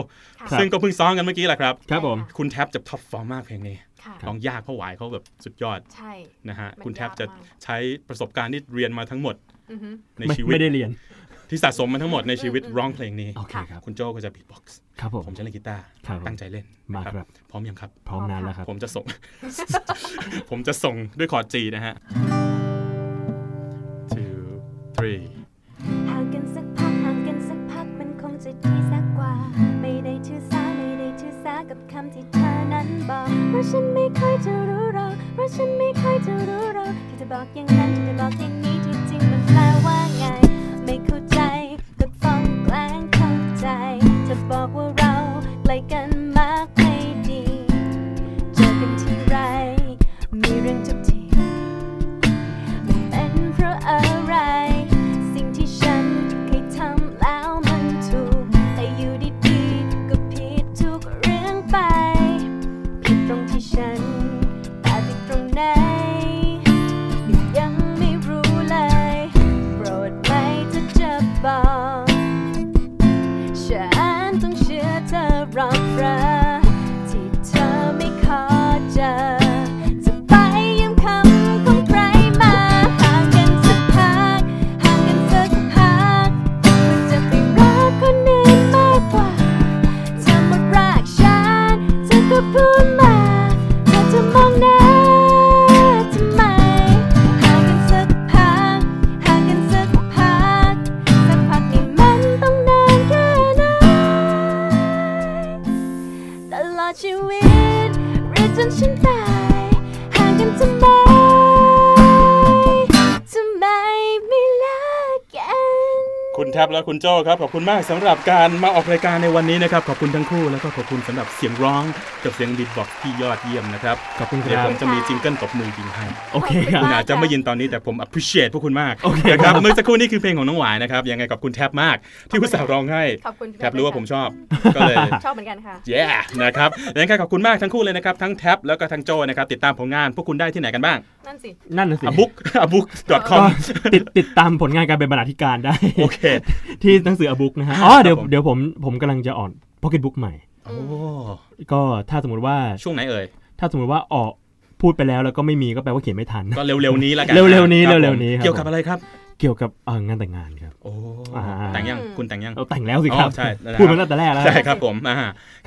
Speaker 3: ครับ
Speaker 2: ซึ่งก็เพิ่งซ้อมกันเมื่อกี้แหละครับ
Speaker 3: ครับผม
Speaker 2: คุณแท็บจะท็อปฟอร์มมากเพลงนี้
Speaker 4: ค่ะ
Speaker 2: ร้องยากเพราะหวายเขาแบบสุดยอด
Speaker 4: ใช่
Speaker 2: นะฮะ
Speaker 4: มัน
Speaker 2: คุณแท็บ
Speaker 4: ยาก
Speaker 2: จะ
Speaker 4: มาก
Speaker 2: ใช้ประสบการณ์ที่เรียนมาทั้งหมด
Speaker 4: อือฮึ
Speaker 2: ใน
Speaker 3: ไม่
Speaker 2: ชีวิต
Speaker 3: ไม่ได้เรียน
Speaker 2: ที่สะสมมาทั้งหมดใน ชีวิตร้องเพลงนี้
Speaker 3: โอเคครับ
Speaker 2: คุณโจก็จะบีทบ็อกซ์
Speaker 3: ครับผม
Speaker 2: ผมจะเล่นกีตาร์
Speaker 3: ครับผม
Speaker 2: ตั้งใจเล่นนะ
Speaker 3: มาครับ
Speaker 2: พร้อมยังครับ
Speaker 3: พร้อมนานแล้วครับ
Speaker 2: ผมจะส่ง ผมจะส่งด้วยคอร์ดจีนะฮะ two three
Speaker 5: ห่างกันสักพักห่างกันสักพักมันคงจะดีสักกว่า ไม่ได้ถือสาไม่ได้ถือสากับคำที่เธอนั้นบอก เพราะฉันไม่เคยจะรู้หรอกเพราะฉันไม่เคยจะรู้หรอกที่จะบอกอย่างนั้นที่จะบอกอย่างนี้ที่จริงมันแปลว่าไง ไม่เข้าใจก็ต้องแกล้งเข้าใจ จะบอกว่าเราใกล้กันมากไม่ดี เจอกันทีไร มีเรื่องทุกที เป็นเพราะอะไร สิ่งที่ฉันเคยทำแล้วมันถูก แต่อยู่ดีๆก็ผิดทุกเรื่องไป ผิดตรงที่ฉันแต่ผิดตรงไหน รับรักที่เธอไม่ขอเจอ จะไปยืมคำของใครมาห่างกันสักพักห่างกันสักพักมันจะไปรักคนอื่นมากกว่า เธอหมดรักฉันเธอก็พูดมาเธอจะมองหน้าทำไมห่างกันสักพักห่างกันสักพัก สักพักนี่มันต้องนานแค่ไหนตลอดชีวิตหรือจนฉันตายห่างกันทำไมทำไมไม่เลิกกัน
Speaker 2: คุณแท็บและคุณโจ้ครับ ขอบคุณมากสำหรับการมาออกรายการในวันนี้นะครับ ขอบคุณทั้งคู่แล้วก็ขอบคุณสำหรับเสียงร้องกับเสียงบีทบ็อกซ์ที่ยอดเยี่ยมนะครับ
Speaker 3: ขอบคุณค
Speaker 2: เดี๋ยว
Speaker 3: รั
Speaker 2: ผ
Speaker 3: บ
Speaker 2: มจะมีจิงเกิลตบมือยิงให้
Speaker 3: โอเคครับ
Speaker 2: คุณอาจจะไม่ยินตอนนี้แต่ผม appreciate พวกคุณมากนะครับเมื่อสักครู่นี่คือเพลงของน้องหวายนะครับยังไงขอบคุณแท็บมากที่อุตส่าห์ร้องให้
Speaker 4: ขอบคุณ
Speaker 2: แท็บรู้ว่าผมชอบก็เลย
Speaker 4: ชอบเหมือนกันค่ะ
Speaker 2: เย้นะครับดังนั้นก็ขอบคุณมากทั้งคู่เลยนะครับ ทั้งแท็บแล้วก็ทั้งโจนะครับติดตามผลงานพวกคุณได้ที่ไหนกันบ้าง
Speaker 4: นั่นสิ
Speaker 3: นั่นน่ะสิ
Speaker 2: a b o o k a b o o k c o
Speaker 3: ก็
Speaker 2: m
Speaker 3: ติดติดตามผลงานการเป็นบรรณาธิการได้
Speaker 2: โอเค
Speaker 3: ที่หนังสืออบุ๊กนะฮะอ๋อเดี๋ยว
Speaker 2: ผม
Speaker 3: เดี๋ยวผมผมกำลังจะอ่อนพ็อกเก็ตบุ๊กใหม่
Speaker 2: โอ้
Speaker 3: ก็ถ้าสมมติว่า
Speaker 2: ช่วงไหนเอ่ย
Speaker 3: ถ้าสมมติว่าออกพูดไปแล้วแล้วก็ไม่มีก็แปลว่าเขียนไม่ทัน
Speaker 2: ก็เร็วๆนี้ละกัน
Speaker 3: เร็วๆนี้
Speaker 2: คบ
Speaker 3: เร็วๆนี้ครับ
Speaker 2: เกี่ยวกับอะไรครับ
Speaker 3: เกี่ยวกับเอ่องานแต่งงานครับ
Speaker 2: โอ้
Speaker 3: อ่า
Speaker 2: แต่งยัง
Speaker 4: อืม
Speaker 2: คุณแต่งยัง
Speaker 3: เราแต่งแล้วสิครับ
Speaker 2: อ๋อใช่นะครับ
Speaker 3: พูดมาตั้งแต่แรกแล้ว
Speaker 2: ใช่ครับผมอ่า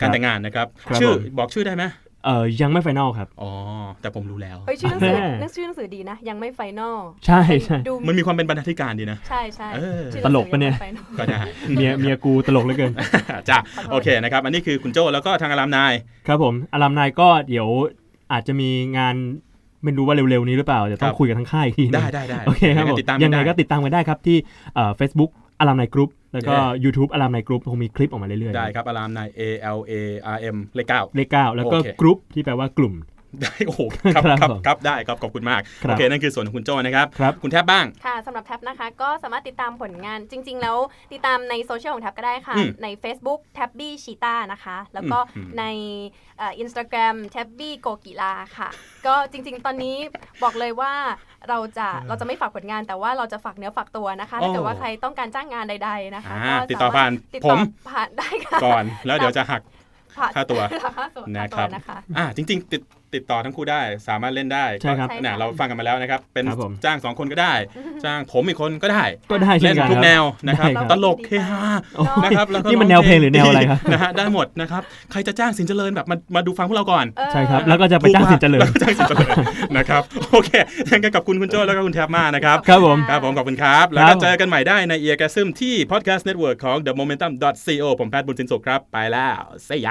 Speaker 2: การแต่งงานนะครับ
Speaker 3: ครับ
Speaker 2: ชื่อ
Speaker 3: ผม
Speaker 2: บอกชื่อได้ไหม
Speaker 3: เอ่อยังไม่ไฟนอลครับ
Speaker 2: อ๋อแต่ผมรู้แล้ว
Speaker 4: เฮ้ยชื่อหนังสือ
Speaker 3: แม่
Speaker 4: หนังสือชื่อหนังสือดีนะ ยังไม่ไฟนอล
Speaker 3: ใช่ใช่
Speaker 4: ดู
Speaker 2: มันมีความเป็นบรรณาธิการดีนะ
Speaker 4: ใช่ใช่
Speaker 2: เออ
Speaker 4: ชื่อหงสือ
Speaker 3: ตลกปะเนี่ย
Speaker 4: งไม่ final
Speaker 2: ก็ได้
Speaker 3: เมียเมียกูตลกเหลือเกิน
Speaker 2: จ้ะโอเคนะครับอันนี้คือคุณโจแล้วก็ทางอารามนาย
Speaker 3: ครับผมอารามนายก็เดี๋ยวอาจจะมีงานไม่รู้ว่าเร็วๆนี้หรือเปล่าเดี๋ยวต้องคุยกับทั้งค่ายอีกทีหนึ่ง
Speaker 2: ได้ได้ได้
Speaker 3: โอเคครับ
Speaker 2: ยังไง
Speaker 3: ผม
Speaker 2: ติดตาม
Speaker 3: ยังไง
Speaker 2: ด้
Speaker 3: ก็ติดตามกันได้ครับที่เฟซบุ๊กอารามไนกรุ๊ปแล้วก็
Speaker 2: ได้
Speaker 3: YouTube อารามไนกรุ๊ปคงมีคลิปออกมาเรื่อยๆ
Speaker 2: ได้ครับอารามนาย A L A R M เลขเก้า
Speaker 3: เลขเก้าแล้วก็
Speaker 2: โอเค
Speaker 3: กรุ๊ปที่แปลว่ากลุ่ม
Speaker 2: ได้ โอ้โหครับ
Speaker 3: ครับ
Speaker 2: ครับ
Speaker 3: ผม
Speaker 2: ครับได้ครับขอบคุณมาก
Speaker 3: ครับ
Speaker 2: โอเคนั่นคือส่วนของคุณโจนะครับ
Speaker 3: ครับ
Speaker 2: คุณแทบบ้าง
Speaker 4: ค่ะสำหรับแท็บนะคะ ก็สามารถติดตามผลงานจริง ๆ แล้วติดตามในโซเชียลของแท็บก็ได้ค่ะ
Speaker 2: อืม
Speaker 4: ใน Facebook แท็บบี้ชีตานะคะ แล้วก็
Speaker 2: อืม
Speaker 4: ในเอินสตาแกรมแท็บบี้โกกีฬาค่ะ ก็จริง ๆ ตอนนี้บอกเลยว่าเราจะเราจะไม่ฝากผลงานแต่ว่าเราจะฝากเนื้อฝากตัวนะคะ ถ้าเกิดว่าใครต้องการจ้างงานใด ๆ นะคะ
Speaker 2: อ่า
Speaker 4: ก็
Speaker 2: ติดต่อ
Speaker 4: สม
Speaker 2: ผ่าร น
Speaker 4: ถติด
Speaker 2: ผ
Speaker 4: ต่อ
Speaker 2: ม
Speaker 4: ผ่านได้ค่ะ
Speaker 2: ก่อนแล้วเดี๋ยวจะหัก
Speaker 4: ผ่น
Speaker 2: ค่าตัว
Speaker 4: ค่าตัว
Speaker 2: นะ
Speaker 4: ค่า
Speaker 2: ครั
Speaker 4: ตัว
Speaker 2: บ
Speaker 4: นะคะ
Speaker 2: อ่าจริงๆ ติดติดต่อทั้งคู่ได้สามารถเล่นได้
Speaker 3: ใช่ครับ
Speaker 2: ก็
Speaker 4: ใช่
Speaker 2: น่ะ
Speaker 4: ค่ะ
Speaker 2: เราฟังกันมาแล้วนะครับ เป็น
Speaker 3: ครับผม
Speaker 2: จ้างสองคนก็ ได้ จ้างผมอีกคนก็ได้
Speaker 3: ก็ได้เช่
Speaker 2: เล่
Speaker 3: น
Speaker 2: น
Speaker 3: กัน
Speaker 2: ทุก
Speaker 3: ครับ
Speaker 2: แนวนะครับ
Speaker 3: ได้ครับ
Speaker 2: ตลกเฮฮา
Speaker 3: โอ้โห
Speaker 2: นะครับแล้วก็
Speaker 3: นี่มันแนวเพลงหรือแนวอะไรครับ
Speaker 2: นะฮะได้หมดนะครับ ใครจะจ้างสินเจริญแบบมามาดูฟังพวกเราก่อน
Speaker 4: เออ
Speaker 3: ใช่ครับ แล้วก็จะไปจ้างสินเจริญ
Speaker 2: แล้วก็จ้างสินเจริญนะครับโอเคยังไงกับคุณคุณโจ้แล้วก็คุณแทบมากนะครับ
Speaker 3: ครับผม
Speaker 2: ครับผมขอบคุณครับ แล้ว
Speaker 3: ครั
Speaker 2: ก็
Speaker 3: บ
Speaker 2: เจอกันใหม่ได้ใน e a r g a s m ที่ Podcast Network ของ The Momentum co ผมแพทย์บุญสินสุขครับ ไปแล้วเสีย